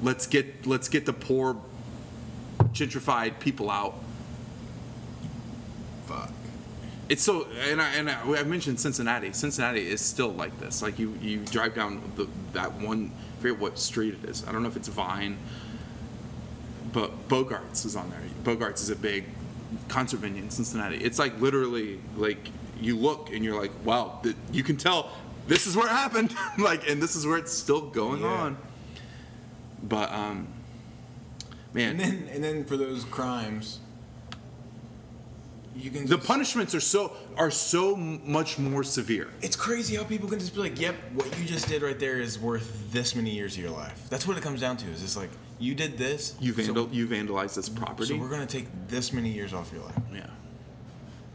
Let's get let's get the poor gentrified people out. fuck. It's so and I and I, I mentioned Cincinnati. Cincinnati is still like this. Like you you drive down the, that one I forget what street it is. I don't know if it's Vine, but Bogarts is on there. Bogarts is a big concert venue in Cincinnati. It's like literally like you look and you're like, wow, th- you can tell this is where it happened. like and this is where it's still going Yeah. on. But um, man, And then, and then for those crimes, you can the just- punishments are so are so m- much more severe. It's crazy how people can just be like, "Yep, what you just did right there is worth this many years of your life." That's what it comes down to. Is it's like you did this, You so- vandal, you vandalized this property. so we're gonna take this many years off your life. yeah,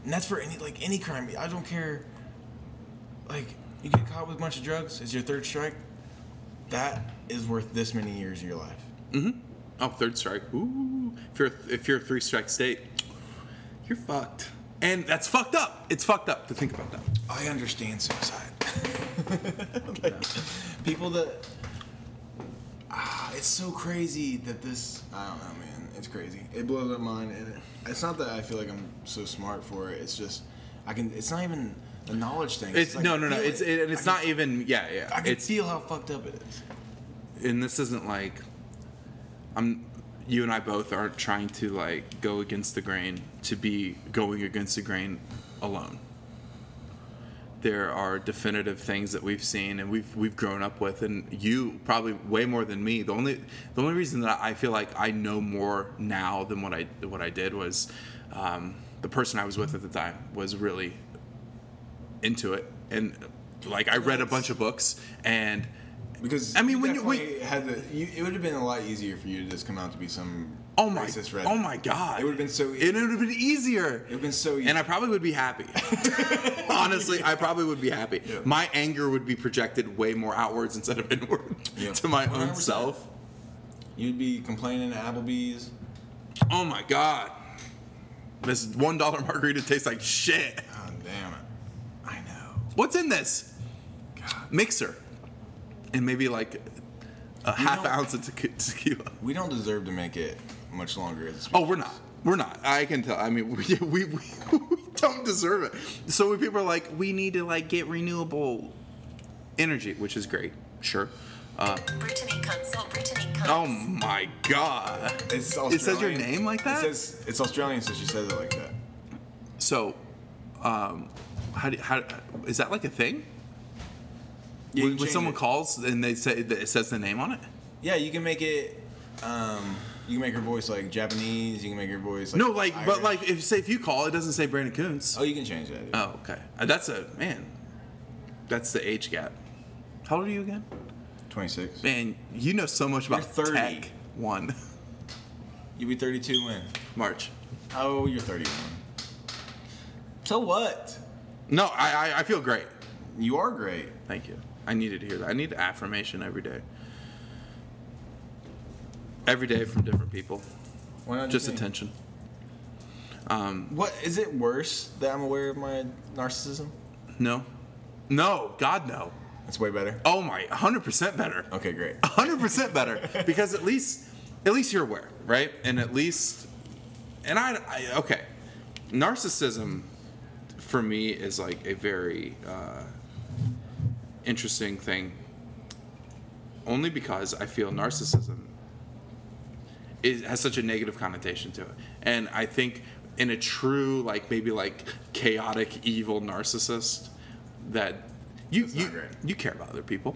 And that's for any like any crime. I don't care. Like you get caught with a bunch of drugs, it's your third strike. That is worth this many years of your life. oh, third strike. Ooh, if you're if you're a three strike state, you're fucked. And that's fucked up. It's fucked up to think about that. I understand suicide. Like, People that ah, it's so crazy that this. I don't know, man. It's crazy. It blows my mind, and it, it's not that I feel like I'm so smart for it. It's just I can. It's not even a knowledge thing. It's like no, I no, no. feel It's it. it, and it's I not even. Yeah, yeah. Can, I can it's feel how fucked up it is. and this isn't like I'm you and I both aren't trying to like go against the grain to be going against the grain alone. There are definitive things that we've seen and we've we've grown up with and you probably way more than me. The only the only reason that I feel like I know more now than what I what I did was um, the person I was with at the time was really into it and like I read a bunch of books and Because I mean, when you- definitely had the, you, it would have been a lot easier for you to just come out to be some Oh my! racist redneck. Oh my God! It would've been so It would have been easier. It would have been so easy. And I probably would be happy. Honestly, I probably would be happy. Yeah. My anger would be projected way more outwards instead of inward Yeah. to my own 100%. self. You'd be complaining to Applebee's. Oh my God! This one dollar margarita tastes like shit. Oh damn it! I know. What's in this God. mixer? And maybe like a half know- ounce of tequi- tequila. We don't deserve to make it much longer as a species. Oh, we're not. We're not. I can tell. I mean, we we, we, we don't deserve it. So when people are like, we need to like get renewable energy, which is great, sure. Uh, Brittany consult Brittany consult. oh my god. It's It says your Australian. name like that. It says it's Australian, so she says it like that. so, um, how do, how is that like a thing? when Yeah, you can when change someone it. calls and they say that it says the name on it. Yeah, you can make it. Um, You can make her voice like Japanese. You can make her voice like No, like, Irish. but like, if say if you call, it doesn't say Brandon Coombs. oh, you can change that. Oh, okay. Uh, That's a man. That's the age gap. How old are you again? Twenty six. Man, you know so much about You're 30. tech. One You'll be thirty two when? March. Oh, you're thirty one. So what? No, I, I I feel great. You are great. Thank you. I needed to hear that. I need affirmation every day. Every day from different people. Why not Just me? attention. What is it worse that I'm aware of my narcissism? No. No, God no. That's way better. Oh my, 100% better. Okay, great. hundred percent better because at least at least you're aware, right? And at least, and I, I okay, narcissism for me is like a very uh, interesting thing, only because I feel narcissism is, has such a negative connotation to it, and I think in a true like maybe like chaotic evil narcissist that you not you, great. you care about other people.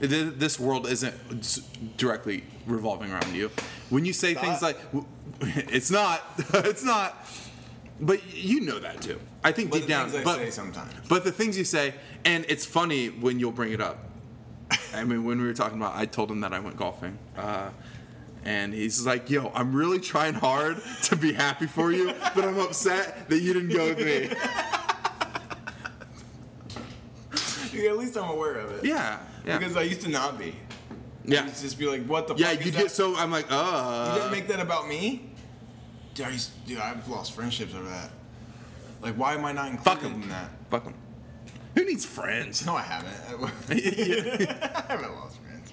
Th- th- This world isn't s- directly revolving around you. When you say things not. like, w- "It's not," "It's not," but y- you know that too. I think But deep the down, things I but say sometimes. but the things you say, and it's funny when you'll bring it up. I mean, when we were talking about, I told him that I went golfing, uh, and he's like, "Yo, I'm really trying hard to be happy for you, but I'm upset that you didn't go with me." Yeah, at least I'm aware of it. Yeah, yeah, Because I used to not be. I yeah. used to just be like, what the Yeah, fuck? is you that? get so I'm like, uh. You didn't make that about me? Dude, I used, dude, I've lost friendships over that. Like, why am I not included Fuck 'em. in that? Fuck them. Who needs friends? No, I haven't. Yeah. I haven't lost friends.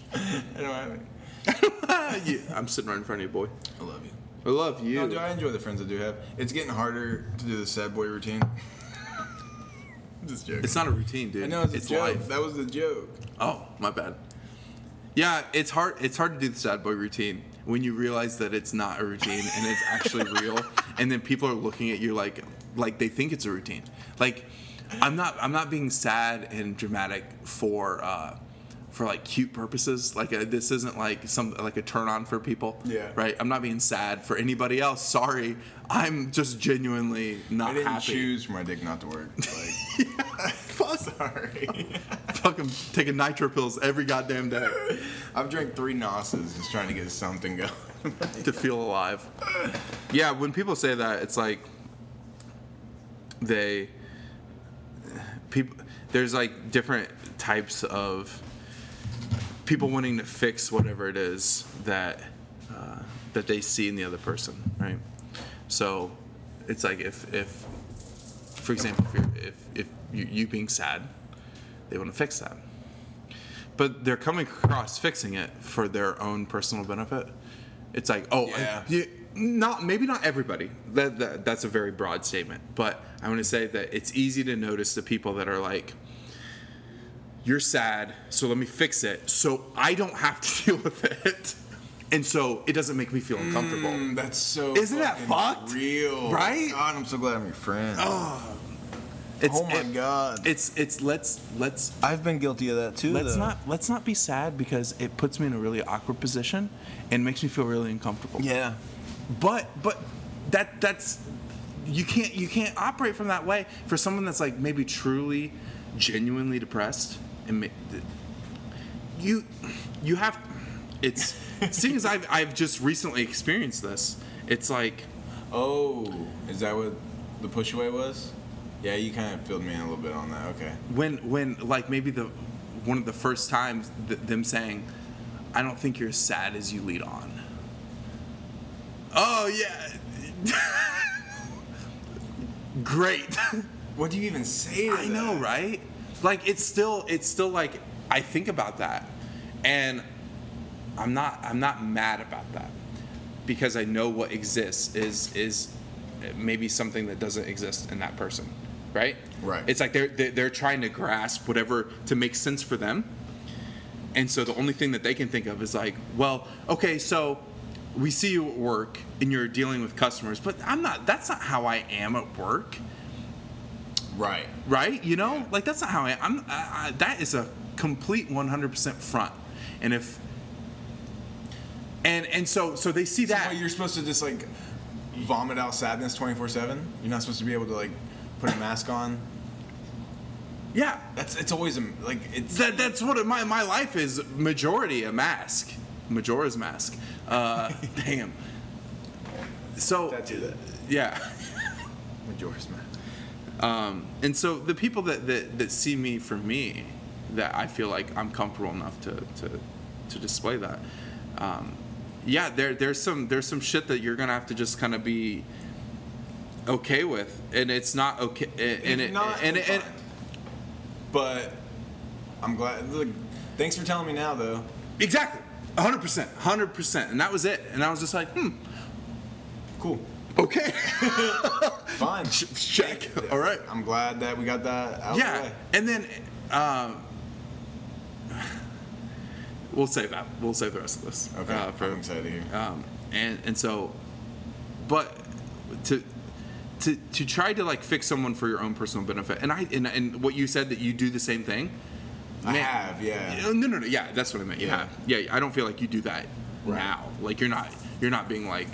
I don't have any. Yeah, I'm sitting right in front of you, boy. I love you. I love you. No, dude, I enjoy the friends I do have. It's getting harder to do the sad boy routine. Just joking. it's not a routine, dude. I know it's, a joke. life. That was the joke. Oh, my bad. Yeah, it's hard. It's hard to do the sad boy routine when you realize that it's not a routine and it's actually real, and then people are looking at you like, like they think it's a routine. Like, I'm not. I'm not being sad and dramatic for, uh, for like cute purposes. Like uh this isn't like some like a turn on for people. Yeah. Right. I'm not being sad for anybody else. Sorry. I'm just genuinely not I didn't happy. choose for my dick not to work. Like, Fuck. sorry. Fucking taking nitro pills every goddamn day I've drank three nosses just trying to get something going. to feel alive. Yeah, when people say that, it's like they people there's like different types of people wanting to fix whatever it is that uh, that they see in the other person, right? So it's like if if for example, if you're, if, if you, you being sad, they want to fix that. But they're coming across fixing it for their own personal benefit. It's like, oh, I- Yeah. you- not maybe not everybody. That, that that's a very broad statement, but I want to say that it's easy to notice the people that are like, you're sad, so let me fix it, so I don't have to deal with it, and so it doesn't make me feel uncomfortable. That's so. Isn't that fucking fucked? Real, Right? God, I'm so glad I'm your friend. Oh, It's, my it- god. It's it's let's let's I've been guilty of that too. Let's though. not let's not be sad because it puts me in a really awkward position and makes me feel really uncomfortable. Yeah. But but that that's you can't you can't operate from that way for someone that's like maybe truly genuinely depressed and ma- th- you you have it's seeing as I've I've just recently experienced this. It's like Oh, is that what the push away was? Yeah, you kind of filled me in a little bit on that. Okay. when when like maybe the one of the first times th- them saying i don't think you're as sad as you lead on oh yeah great What do you even say? To I that? know, right? Like it's still it's still like I think about that and I'm not I'm not mad about that because I know what exists is is maybe something that doesn't exist in that person, right? Right. It's like they're they're they're trying to grasp whatever to make sense for them. And so the only thing that they can think of is like, well, okay, so we see you at work and you're dealing with customers, but I'm not that's not how I am at work Right. right? You know, like that's not how I. I'm. I, I, that is a complete 100% front. And if and and so so they see That that. you're supposed to just like vomit out sadness 24 seven. You're not supposed to be able to like put a mask on. yeah, That's it's always a, like it's that that's what it, my my life is. Majority a mask, Majora's mask. Uh, damn. So tattoo that yeah. Majora's Mask. Um, and so the people that, that, that see me for me, that I feel like I'm comfortable enough to, to, to display that. Um, yeah, there, there's some there's some shit that you're gonna have to just kind of be okay with, and it's not okay. And, and If it not, and, it then and fine. but I'm glad. Look, thanks for telling me now though. exactly, 100 percent, 100 percent, and that was it. And I was just like, hmm, Cool. okay, Fine. check. All right, I'm glad that we got that out of the yeah. way. And then, um, we'll save that. We'll save the rest of this. Okay. uh, for- I'm excited here. um, and and so, but to to to try to like fix someone for your own personal benefit, and I and, and what you said that you do the same thing. Oh, I have, yeah. No, no, no. Yeah, that's what I meant. You Yeah. have. Yeah, I don't feel like you do that Right. now. Like you're not you're not being like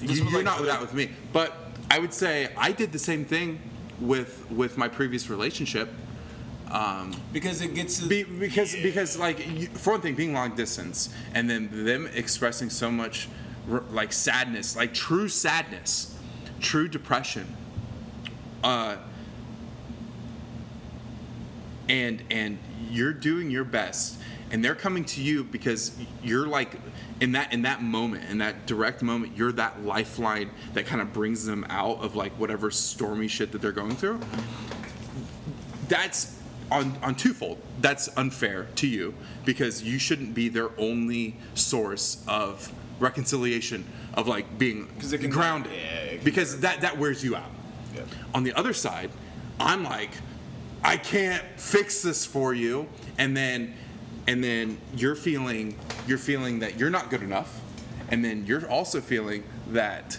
you, This you're was like- not with that with me. But I would say I did the same thing with with my previous relationship. Um, Because it gets to be, because because like you, for one thing, being long distance, and then them expressing so much r- like sadness, like true sadness, true depression, uh, and and you're doing your best, and they're coming to you because you're like in that in that moment, in that direct moment, you're that lifeline that kind of brings them out of like whatever stormy shit that they're going through that's on on twofold. That's unfair to you because you shouldn't be their only source of reconciliation of like being 'Cause it can- grounded. yeah, it can because that that wears you out. Yeah. On the other side, I'm like, I can't fix this for you, and then and then you're feeling you're feeling that you're not good enough, and then you're also feeling that.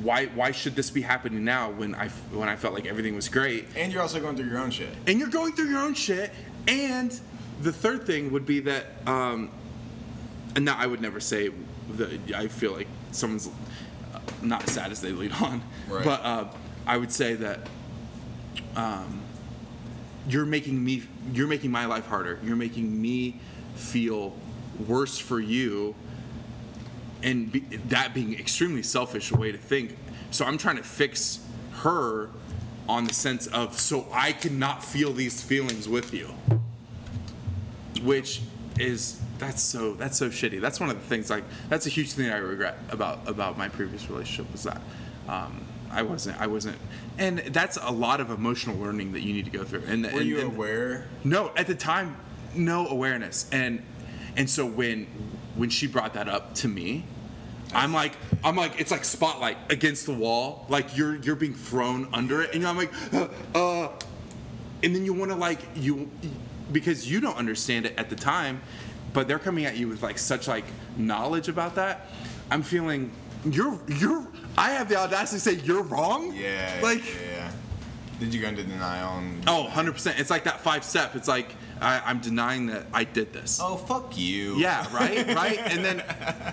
Why, why should this be happening now when I, when I felt like everything was great and you're also going through your own shit. and you're going through your own shit. And the third thing would be that, um, and now I would never say that I feel like someone's uh, not as sad as they lead on, Right. but uh, I would say that um, you're making me, you're making my life harder. You're making me feel worse for you and be, that being extremely selfish way to think. So I'm trying to fix her on the sense of so I cannot feel these feelings with you, which is that's so that's so shitty. That's one of the things like that's a huge thing I regret about about my previous relationship was that um, I wasn't I wasn't, and that's a lot of emotional learning that you need to go through. And Were and, you and- aware? no, at the time, no awareness, and and so when when she brought that up to me, I'm like I'm like it's like spotlight against the wall, like you're you're being thrown under it, and I'm like, uh, uh, and then you want to like you because you don't understand it at the time, but they're coming at you with like such like knowledge about that. I'm feeling you're you're I have the audacity to say you're wrong. Yeah. like. yeah. Did you go into denial? And, Oh, 100%. It's like that five step. It's like, I, I'm denying that I did this. Oh, fuck you. Yeah, right, right. And then,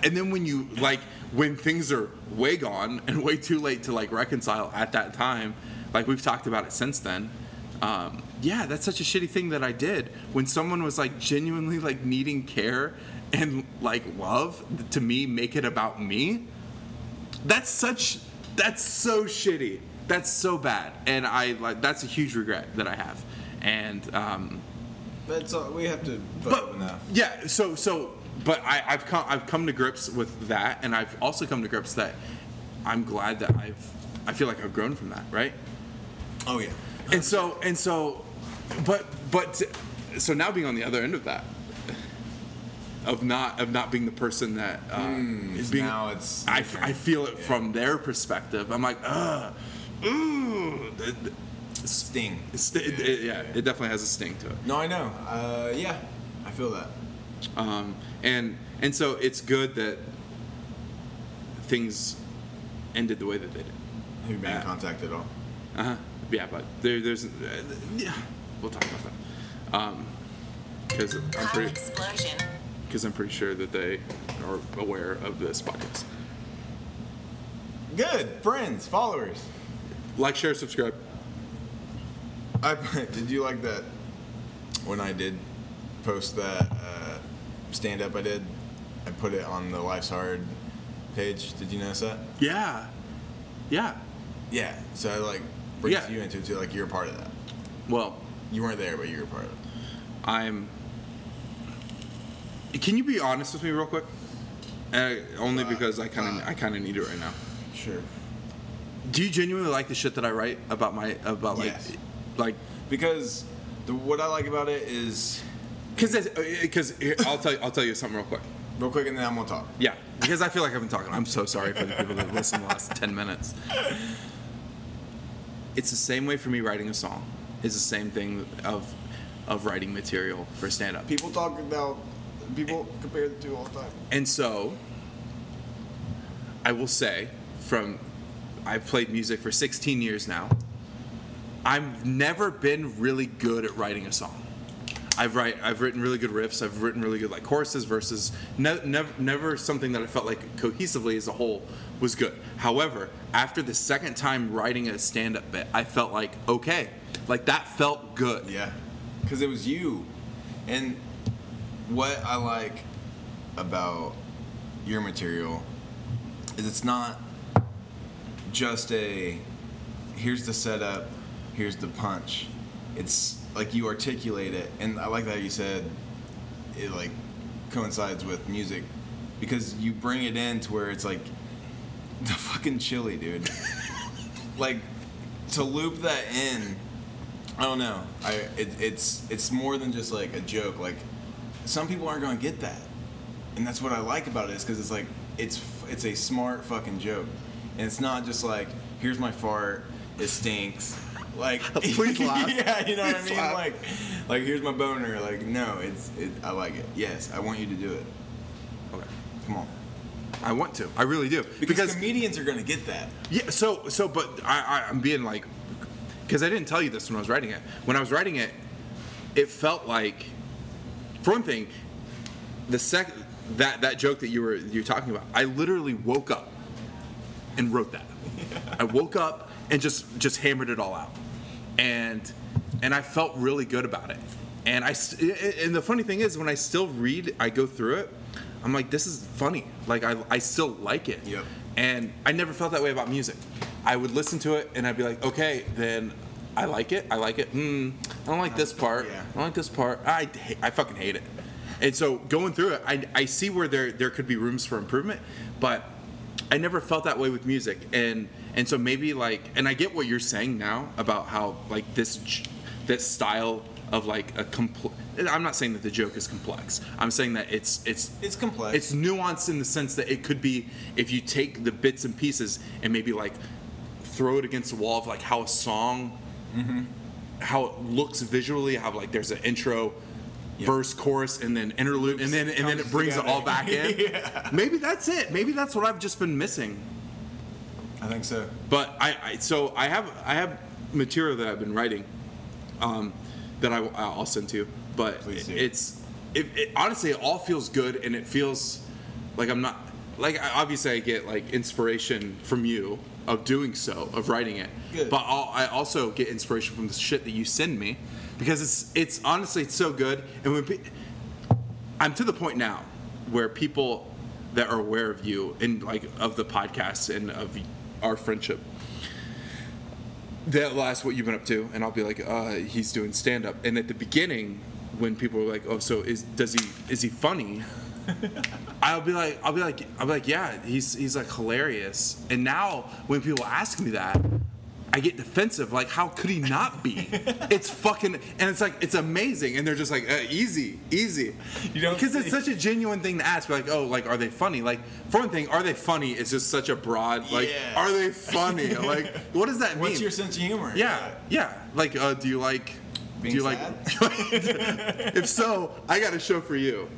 and then when you like, when things are way gone and way too late to like reconcile at that time, like we've talked about it since then. Um, yeah, that's such a shitty thing that I did when someone was like genuinely like needing care and like love to me make it about me. That's such. That's so shitty. That's so bad, and I like that's a huge regret that I have, and um, That's all. We have to put up but with that. yeah, so so, but I, I've come I've come to grips with that, and I've also come to grips that I'm glad that I've I feel like I've grown from that, right? Oh yeah. And so and so, but but so now being on the other end of that, of not of not being the person that uh, is being Hmm, now it's I, f- I feel it from their perspective. I'm like, ugh, ooh, Th- th- sting. it's- it- it- yeah, it definitely has a sting to it. No, I know. Uh, yeah, I feel that. um, and and so it's good that things ended the way that they did. Have you been in contact at all? Uh huh. Yeah, but there, there's uh, yeah, we'll talk about that. Um, because I'm Pile pretty explosion. because I'm pretty sure that they are aware of this podcast. Good friends, followers. Like, share, subscribe. I did you like that when I did post that uh, stand up I did? I put it on the Life's Hard page. Did you notice that? Yeah, yeah. Yeah. So I like brings Yeah. you into it too. Like you're a part of that. Well, You weren't there, but you're a part of it. I'm. Can you be honest with me real quick? Uh, only because I kind of I kind of need it right now. Sure. Do you genuinely like the shit that I write about my about like Yes. like Because the, what I like about it is because because uh, I'll tell you, I'll tell you something real quick. real quick, and then I'm gonna talk. Yeah, because I feel like I've been talking. I'm so sorry for the people that listened the last 10 minutes. It's the same way for me writing a song. It's the same thing of of writing material for stand up. People talk about people compare the two all the time. And so I will say from I've played music for 16 years now. I've never been really good at writing a song. I've write I've written really good riffs, I've written really good like choruses, verses, ne- never never something that I felt like cohesively as a whole was good. However, after the second time writing a stand-up bit, I felt like okay, like that felt good. Yeah, because it was you. And what I like about your material is it's not just a here's the setup, here's the punch. It's like you articulate it, and I like that you said it like coincides with music because you bring it in to where it's like the fucking chili, dude. like to loop that in I don't know. I it, it's it's more than just like a joke. Like some people aren't gonna get that, and that's what I like about it is because it's like it's f- it's a smart fucking joke, and it's not just like here's my fart, it stinks. Like Please laugh. yeah, you know what I Please mean. laugh. Like like here's my boner. Like no, it's it, I like it. Yes, I want you to do it. Okay. Come on, I want to. I really do. because, comedians are gonna get that. Yeah. So so, but I, I I'm being like, because I didn't tell you this when I was writing it. When I was writing it, it felt like, for one thing, the sec that that joke that you were you were talking about, I literally woke up and wrote that. I woke up and just just hammered it all out, and and I felt really good about it. And I st- i- i- and the funny thing is, when I still read, I go through it. I'm like, this is funny. Like I I still like it. Yep. And I never felt that way about music. I would listen to it and I'd be like, okay, then I like it. I like it. Hmm. I don't like this part. Yeah. I don't like this part. I ha- I fucking hate it. And so going through it, I, I see where there there could be rooms for improvement, but I never felt that way with music. And and so maybe like and I get what you're saying now about how like this j- this style of like a compl- I'm not saying that the joke is complex. I'm saying that it's it's It's complex. it's nuanced in the sense that it could be if you take the bits and pieces and maybe like throw it against the wall of like how a song Mm-hmm. how it looks visually how like there's an intro verse chorus and then interlude and then and then it Comes brings it all back together. in maybe that's it maybe that's what i've just been missing I think so. but I, I so I have I have material that I've been writing, um, that I I'll send to you. But Please do. it's it, it honestly it all feels good and it feels like I'm not like I- obviously I get like inspiration from you of doing so of writing it. Good. But I'll, I also get inspiration from the shit that you send me because it's it's honestly it's so good and when. Pe- I'm to the point now where people that are aware of you and like of the podcast and of our friendship, they'll ask what you've been up to, and I'll be like, uh, he's doing stand up. And at the beginning, when people are like, oh, so is does he is he funny? I'll be like, I'll be like, I'll be like, yeah, he's he's like hilarious. And now when people ask me that, I get defensive. Like, how could he not be? it's fucking, and it's like it's amazing. And they're just like, uh, easy, easy, You don't because it's see- such a genuine thing to ask. Like, oh, like are they funny? Like, for one thing, are they funny? Is just such a broad. Like, Yeah. are they funny? like, what does that mean? What's your sense of humor? Yeah, yeah. Like, uh, do you like? Being do you sad? like? if so, I got a show for you.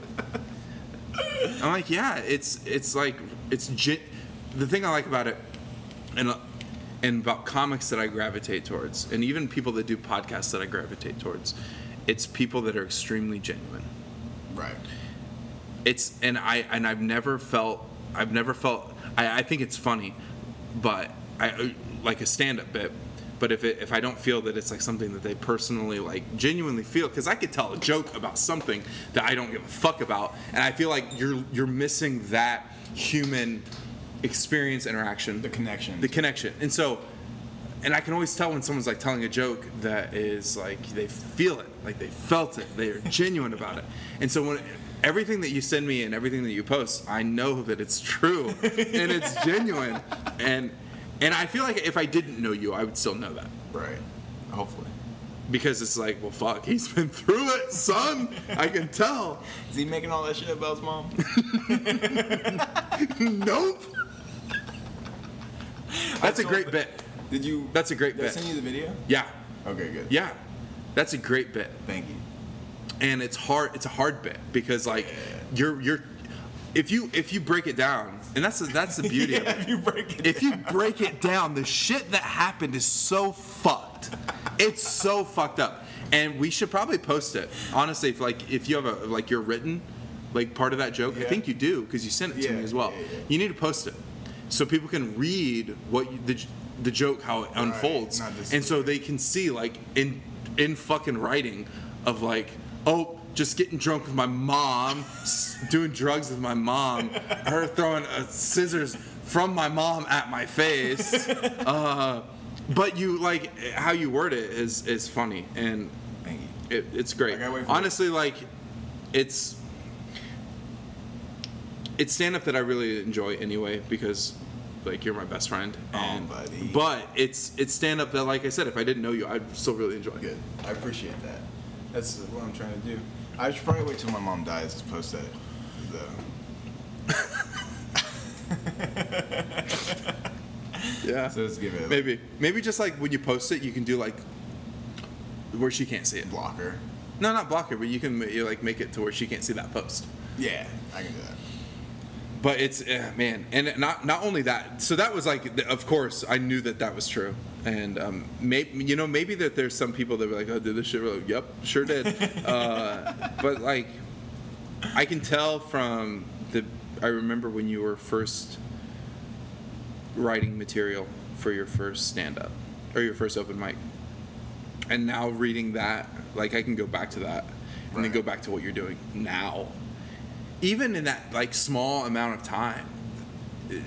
I'm like, yeah. It's it's like it's gen- the thing I like about it, and uh, and about comics that I gravitate towards, and even people that do podcasts that I gravitate towards, it's people that are extremely genuine. Right. it's and I and I've never felt I've never felt I, I think it's funny, but I like a stand up bit. But if it, if I don't feel that it's like something that they personally like genuinely feel, because I could tell a joke about something that I don't give a fuck about, and I feel like you're you're missing that human experience interaction, The connection. the connection, and so. And I can always tell when someone's like telling a joke that is like they feel it, like they felt it, they are genuine about it. And so when everything that you send me and everything that you post, I know that it's true and it's genuine. And and I feel like if I didn't know you, I would still know that right. Hopefully. because it's like, well, fuck, he's been through it, son. I can tell. Is he making all that shit about his mom? Nope. That's a great bit. Did you? That's a great Did I bit. send you the video? Yeah, Okay, good. yeah, that's a great bit. Thank you. and it's hard it's a hard bit because like you're you're if you if you break it down and that's the, that's the beauty of it you break it. if you break it down the shit that happened is so fucked it's so fucked up and we should probably post it honestly if like if you have a like your written like part of that joke i Yeah. think you do because you sent it to Yeah, me as well yeah, yeah. you need to post it so people can read what you, the, the joke how it unfolds not just- and so so they can see like in in fucking writing of like oh just getting drunk with my mom s- doing drugs with my mom her throwing uh, scissors from my mom at my face uh, but you like how you word it is is funny and Thank you. it, it's great I gotta wait for honestly like it's it's stand up that I really enjoy anyway because like you're my best friend. And, buddy. But it's it's stand up that like I said, if I didn't know you, I'd still really enjoy. Good. I appreciate that. That's what I'm trying to do. I should probably wait till my mom dies to post that. Though. Yeah. So let's give it a maybe maybe just like when you post it, you can do like where she can't see it. blocker. No, not block her, but you can ma- you like make it to where she can't see that post. Yeah, I can do that. But it's eh, man, and not not only that. So that was like, th- of course, I knew that that was true, and um, maybe you know maybe that there's some people that were like, oh, did this shit? We're like, yep, sure did. uh, but like, I can tell from the. I remember when you were first writing material for your first stand up or your first open mic, and now reading that, like I can go back to that and then Right. go back to what you're doing now even in that like small amount of time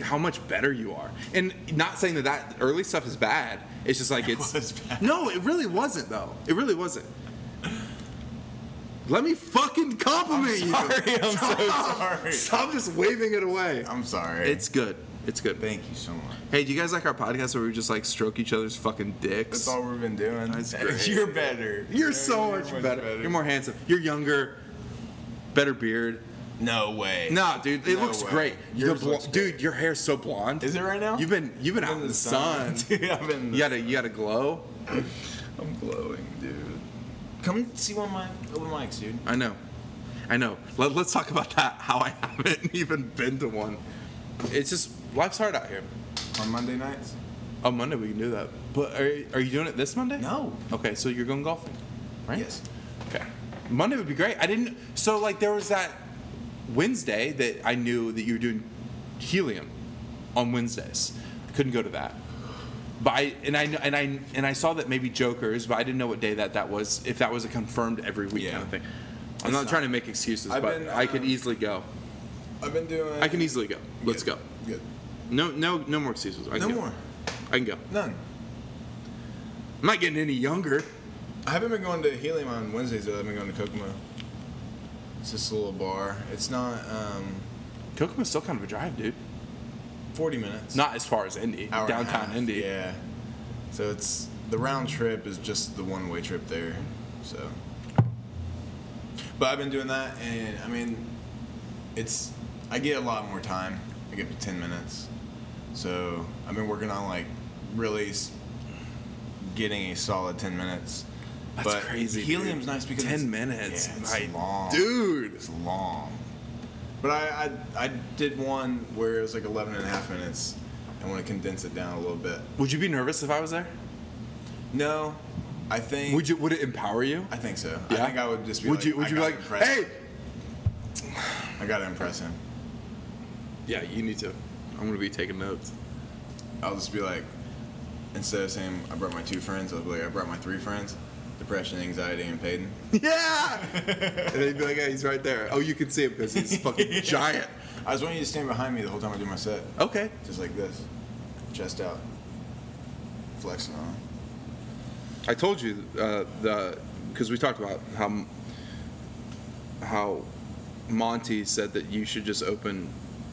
how much better you are and not saying that that early stuff is bad it's just like it's was bad. no it really wasn't though it really wasn't let me fucking compliment you I'm so stop just waving it away I'm sorry. it's good it's good thank you so much. hey do you guys like our podcast where we just like stroke each other's fucking dicks That's all we've been doing. That's great. You're better. you're so much better. you're more handsome you're younger better beard No way. No, dude, it No looks way. great. Yours The blo- looks great. dude, your hair's so blonde. Is it right now? You've been you've been out in the, sun. Dude, I've been. in the You got to you got to glow. I'm glowing, dude. Come see one of my open mics, dude. I know, I know. Let, let's talk about that. How I haven't even been to one. It's just life's hard out here. On Monday nights? On Monday we can do that. But are are you doing it this Monday? No. Okay, so you're going golfing, right? Yes. Okay. Monday would be great. I didn't. So like there was that Wednesday that I knew that you were doing helium on Wednesdays. Couldn't go to that. But I and I and I and I saw that maybe Joker's, but I didn't know what day that that was. If that was a confirmed every week kind Yeah. of thing. I'm It's not, not. trying to make excuses, I've but been, I could um, easily go. I've been doing. I can easily go. Let's Good. go. Good. No, no, no more excuses. I can No go. more. I can go. None. I'm not getting any younger. I haven't been going to Helium on Wednesdays though. I've been going to Kokomo. It's just a little bar. It's not um, Kokomo's still kind of a drive, dude. 40 minutes. Not as far as Indy, Hour and a downtown half. Indy. Yeah. So it's the round trip is just the one way trip there. So. But I've been doing that, and I mean, it's I get a lot more time. I get 10 minutes. So I've been working on like really s- getting a solid 10 minutes. That's but crazy. Helium's dude. nice because ten it's- minutes, yeah, it's like, long. dude. It's long. But I, I, I did one where it was like 11 and a half minutes. I want to condense it down a little bit. Would you be nervous if I was there? No, I think. Would you? Would it empower you? I think so. I Yeah? think I would just be. Would like, you? Would I you be got like, impressed. hey? I gotta impress him. Yeah, you need to. I'm gonna be taking notes. I'll just be like, instead of saying I brought my two friends, I'll be like I brought my three friends: depression, anxiety, and Peyton. Yeah. and they'd be like, "Yeah, he's right there." Oh, you can see him because he's fucking giant. I just want you to stand behind me the whole time I do my set, Okay. just like this, chest out, flexing on. 'em. I told you uh, the because we talked about how how Monty said that you should just open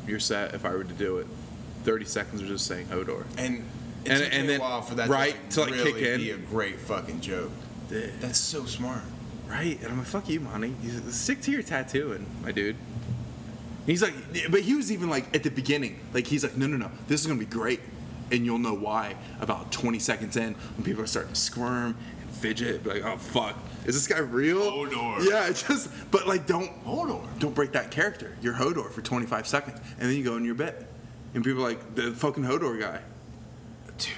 your set if I were to do it. Thirty seconds of just saying Hodor. And it And- took and me then- a while for that right, to, to, like, like, really kick in. be a great fucking joke. That's so smart. Right, and I'm like, fuck you, Monty. He's like, Stick to your tattooing, my dude. He's like, but he was even like at the beginning, like he's like, no, no, no, this is gonna be great, and you'll know why about 20 seconds in when people are starting to squirm and fidget, be like, oh fuck, is this guy real? Hodor. Yeah, it's just, but like, don't Hodor. don't break that character. You're Hodor for 25 seconds, and then you go in your bit, and people are like, the fucking Hodor guy. Dude.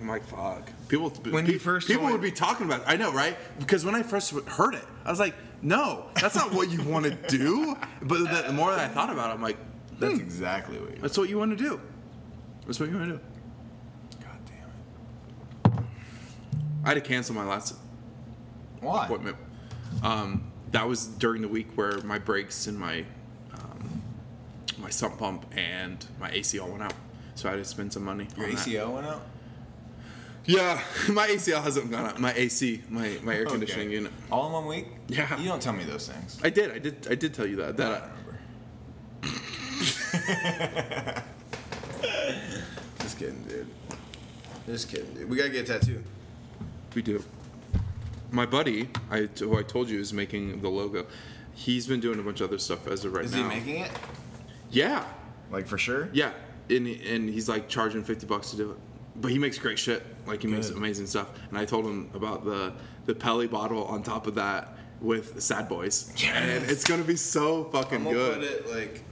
I'm like, fuck. People When pe- you first people joined- would be talking about. It. I know, right? Because when I first heard it, I was like, no, that's not what you want to do. But the, the more that I thought about it, I'm like, That's Hmm. exactly what you Hmm. that's what you want to do. That's what you want to do. God damn it. I had to cancel my last Why? appointment. Um, that was during the week where my brakes and my um, my sump pump and my ACL went out, so I had to spend some money. Your on that. ACL went out? Yeah, my ACL hasn't gone out. My AC, my my air conditioning Okay. unit. All in one week? Yeah. You don't tell me those things. I did, I did, I did tell you that. That. I, remember. Just kidding, dude. Just kidding, dude. We gotta get a tattoo. We do. My buddy, I, who I told you is making the logo, he's been doing a bunch of other stuff as of right Is now. he making it? Yeah, Like for sure? yeah, and and he's like charging fifty bucks to do it, but he makes great shit. Like he makes Good. amazing stuff. And I told him about the the Pelly bottle on top of that with Sad Boys, and it's gonna be so fucking I'm gonna good. put it like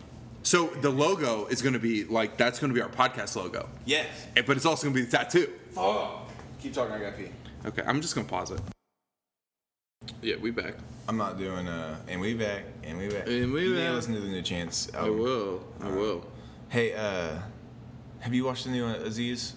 So the logo is gonna be like that's gonna be our podcast logo, Yes. Eh, but it's also gonna be the tattoo. Oh. Keep talking, I got pee. Okay, I'm just gonna pause it. Yeah, we back. I'm not doing uh and we back and we back. And we you need to back. listen to the new chance. I album. will. I will. Hey, uh have you watched the new uh, Aziz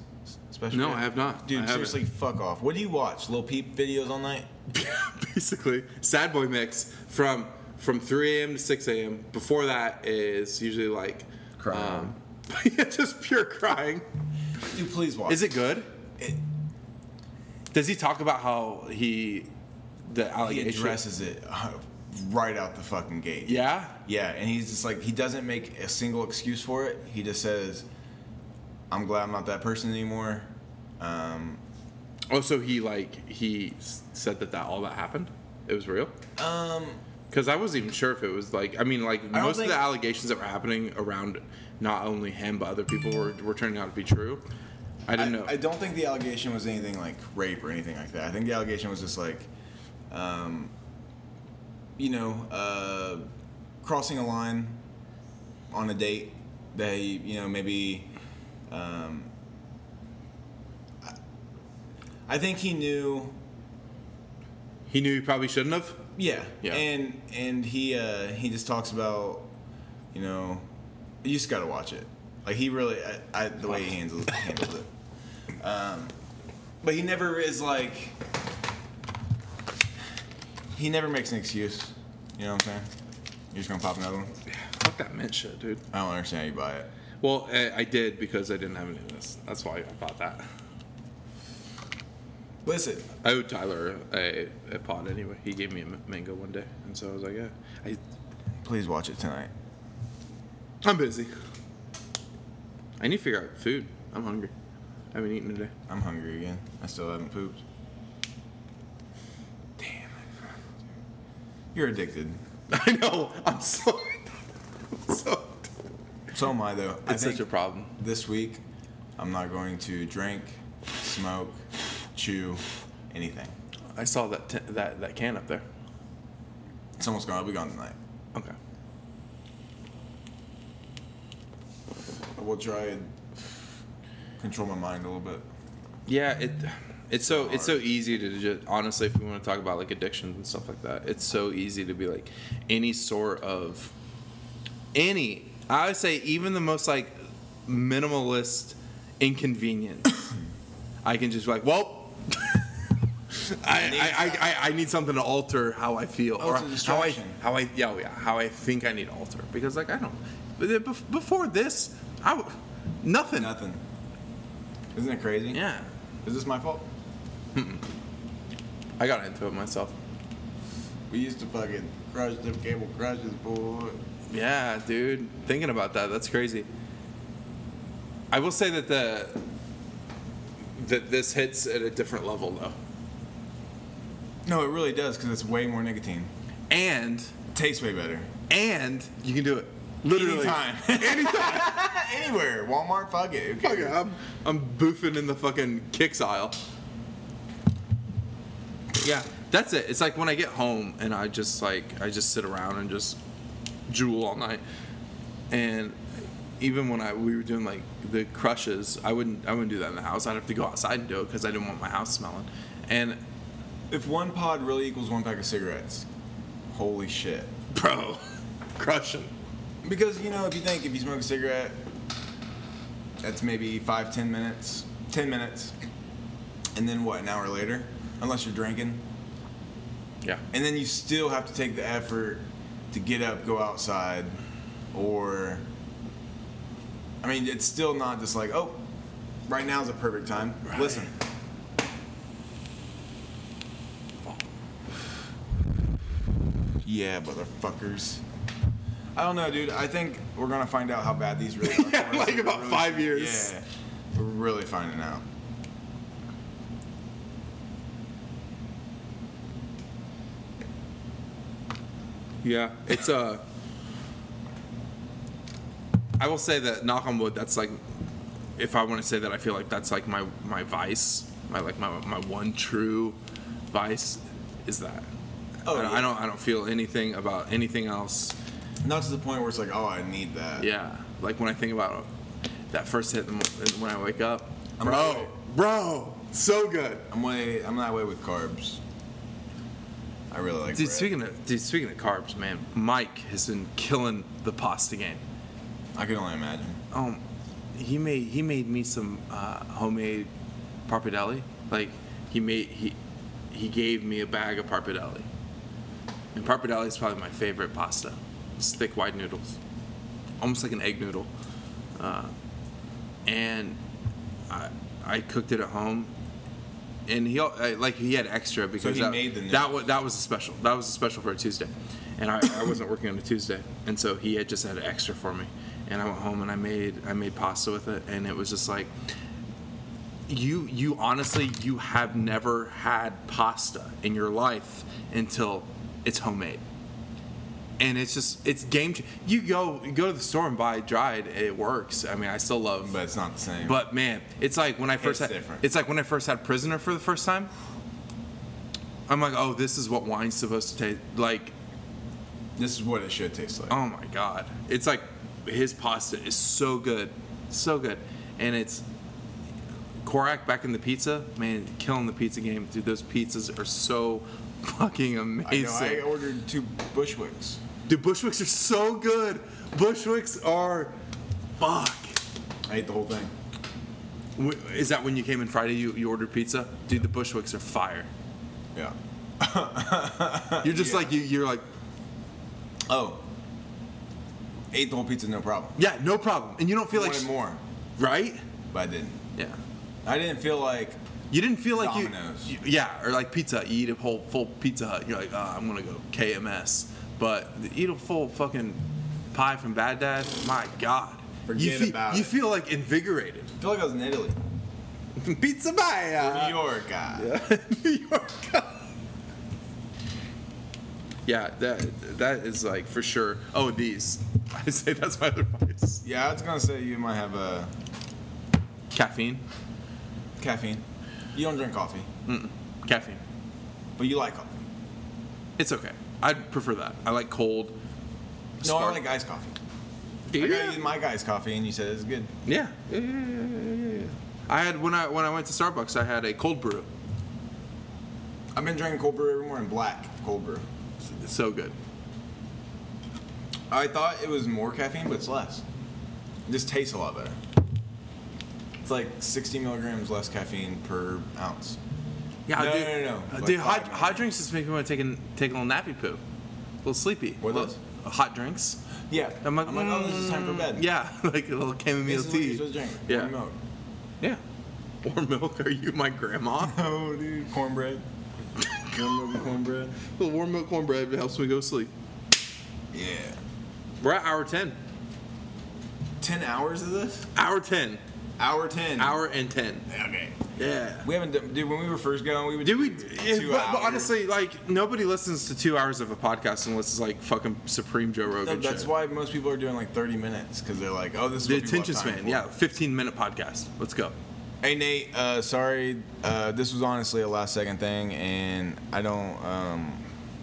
special? No, yet? I have not. I Dude, haven't. seriously, fuck off. What do you watch? Little peep videos all night? Basically, sad boy mix from from 3 a.m. to 6 a.m. Before that is usually like Crime. um, yeah, just pure crying. Dude, please watch. Is it good? It- Does he talk about how he the he allegation? addresses it uh, right out the fucking gate. yeah. Yeah, and he's just like he doesn't make a single excuse for it. He just says, "I'm glad I'm not that person anymore." Um, Also, Oh, he like he s- said that that all that happened. It was real. um, Because I wasn't even sure if it was like, I mean, like don't most think- of the allegations that were happening around not only him but other people were, were turning out to be true. I I, didn't know. I don't think the allegation was anything like rape or anything like that. I think the allegation was just like, um, you know, uh, crossing a line on a date that he, you know maybe. Um, I- I think he knew he knew he probably shouldn't have. Yeah. Yeah. And and he uh, he just talks about, you know, you just gotta watch it. Like he really, I, I the way he handles, handles it. Um, but he never is like. He never makes an excuse. You know what I'm saying? You're just gonna pop another one. Fuck that mint shit, dude. I don't understand how you buy it. Well, I, I did because I didn't have any of this. That's why I bought that. Listen, I owed Tyler a, a pot anyway. He gave me a m- mango one day. And so I was like, yeah. I, please watch it tonight. I'm busy. I need to figure out food. I'm hungry. I haven't eaten today. I'm hungry again. I still haven't pooped. Damn it. You're addicted. I know. I'm so. so So am I though. I it's such a think- problem. this week I'm not going to drink, smoke, chew, anything. I saw that t- that that can up there. Someone's gone. I'll be gone tonight. Okay. I will try and control my mind a little bit. Yeah, it it's so it's so easy to just honestly, if we want to talk about like addictions and stuff like that, it's so easy to be like any sort of any, I would say even the most like minimalist inconvenience, I can just be like, well, I, I, I, I need something to alter how I feel Oh, or it's a how I distraction. how I yeah, oh, yeah how I think I need to alter because like I don't. But then bef- before this, I w- nothing. Nothing. Isn't that crazy? Yeah, Is this my fault? I got into it myself. We used to fucking crush them cable crushes, boy. Yeah, dude. Thinking about that, that's crazy. I will say that the that this hits at a different level though, No, it really does because it's way more nicotine. and Tastes way better. and you can do it literally Anytime. Anytime. Anywhere. Walmart, fuck it. Fuck it, I'm, I'm boofing in the fucking kicks aisle. Yeah, that's it. It's like when I get home and I just like I just sit around and just drool all night. And even when I we were doing like the crushes, I wouldn't I wouldn't do that in the house. I'd have to go outside and do it because I didn't want my house smelling. And If one pod really equals one pack of cigarettes, holy shit. bro, crushing. Because you know, if you think if you smoke a cigarette, that's maybe five, ten minutes, ten minutes, and then what? An hour later, unless you're drinking, Yeah. and then you still have to take the effort to get up, go outside, or I mean, it's still not just like oh, right now is a perfect time. Right. Listen, yeah, motherfuckers. I don't know, dude. I think we're gonna find out how bad these really are. Yeah, in, like, about Really- five years. Yeah, we're really finding out. Yeah, it's Uh, I will say that knock on wood. That's like, if I want to say that, I feel like that's like my my vice. My like my my one true vice is that. Oh, I, don't- yeah. I don't I don't feel anything about anything else. Not to the point where it's like, oh, I need that. Yeah, like when I think about that first hit in the mo- when I wake up, I'm bro, right. bro, so good. I'm way. I'm that way with carbs. I really like. Dude, bread. speaking of dude, speaking of carbs, man, Mike has been killing the pasta game. I can only imagine. Um, he made he made me some uh, homemade parpadelli. Like he made he he gave me a bag of parpadelli. And parpadelli is probably my favorite pasta. It's thick white noodles, almost like an egg noodle. Uh, and I I cooked it at home. And he al- I- like he had extra because he that, made the that was that was a special that was a special for a Tuesday, and I, I wasn't working on a Tuesday, and so he had just had extra for me, and I went home and I made I made pasta with it, and it was just like you you honestly you have never had pasta in your life until it's homemade and it's just it's game ch- you go you go to the store and buy dried it works i mean i still love But it's not the same. but man it's like when i first It's had different. it's like when i first had prisoner for the first time i'm like oh this is what wine's supposed to taste like this is what it should taste like. Oh my god. It's like his pasta is so good. So good. And it's Korak back in the pizza, man, killing the pizza game. Dude, those pizzas are so fucking I amazing. know. I ordered two Bushwicks. Dude, Bushwicks are so good. Bushwicks are fuck. I ate the whole thing. W- Is that when you came in Friday you, you ordered pizza? Dude, the Bushwicks are fire. Yeah. You're just Yeah. like you you're like, Oh. Ate the whole pizza, no problem. yeah, no problem. And you don't feel like Wanted more, right? but I didn't. Yeah. I didn't feel like. You didn't feel like you, Domino's. you- yeah, or like Pizza Hut. You eat a whole full Pizza Hut. You're like, oh, I'm gonna go KMS, but eat a full fucking pie from Bad Dad. My God, you Forget feel, about you it. feel like invigorated. I feel like I was in Italy. pizza New Maya. York, ah. guy. New York. yeah, that that is like for sure. Oh, these. I say that's my other advice. Yeah, I was gonna say you might have uh, Caffeine, caffeine. You don't drink coffee, caffeine. but you like coffee. It's okay. I'd prefer that. I like cold. No, I spark- like iced coffee. Do I you? got you my guy's coffee, and you said it's good. Yeah. Yeah, yeah, yeah, yeah, yeah, yeah. I had when I when I went to Starbucks, I had a cold brew. I've been drinking cold brew every morning, black cold brew. It's so good. I thought it was more caffeine, but it's less. It just tastes a lot better. It's like 60 milligrams less caffeine per ounce. Yeah, No, dude, no, no, no. uh, Like dude, five hot, minutes. hot drinks just make me want to take a take a little nappy poo, a little sleepy. What are Little- Hot drinks. Yeah. I'm like, oh, this is time for bed. Mm, Yeah, like a little chamomile This is what tea. you're supposed to drink. Yeah. Warm milk. Yeah. Or milk? Are you my grandma? Oh, dude. Cornbread. Warm milk and cornbread. the warm milk cornbread helps me go to sleep. Yeah. We're at hour ten. 10 hours of this? Hour ten. Hour 10. Hour and ten. Okay. Yeah. We haven't done, dude, when we were first going, we would Did we? do yeah, two but, but hours. honestly, like nobody listens to two hours of a podcast unless it's like fucking Supreme Joe No, Rogan. that's shit. why most people are doing like 30 minutes because they're like, oh, this is the what people have attention time span. for. Yeah, fifteen minute podcast. Let's go. Hey Nate, uh, sorry. Uh, this was honestly a last second thing, and I don't, um,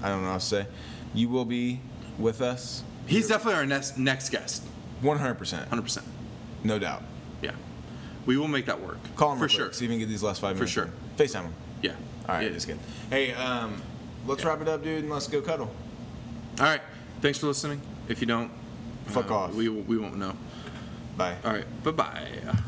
I don't know what to say. You will be with us. He's definitely our next next guest. 100, percent Hundred percent. no doubt. Yeah. We will make that work. Call him for real sure. Quick, see if you can get these last five For minutes. sure. Facetime him. Yeah. All right, Yeah. just kidding. Hey, um, let's wrap it up, dude, and let's go cuddle. All right. Thanks for listening. If you don't, Fuck off. we we won't know. Bye. All right. Bye bye.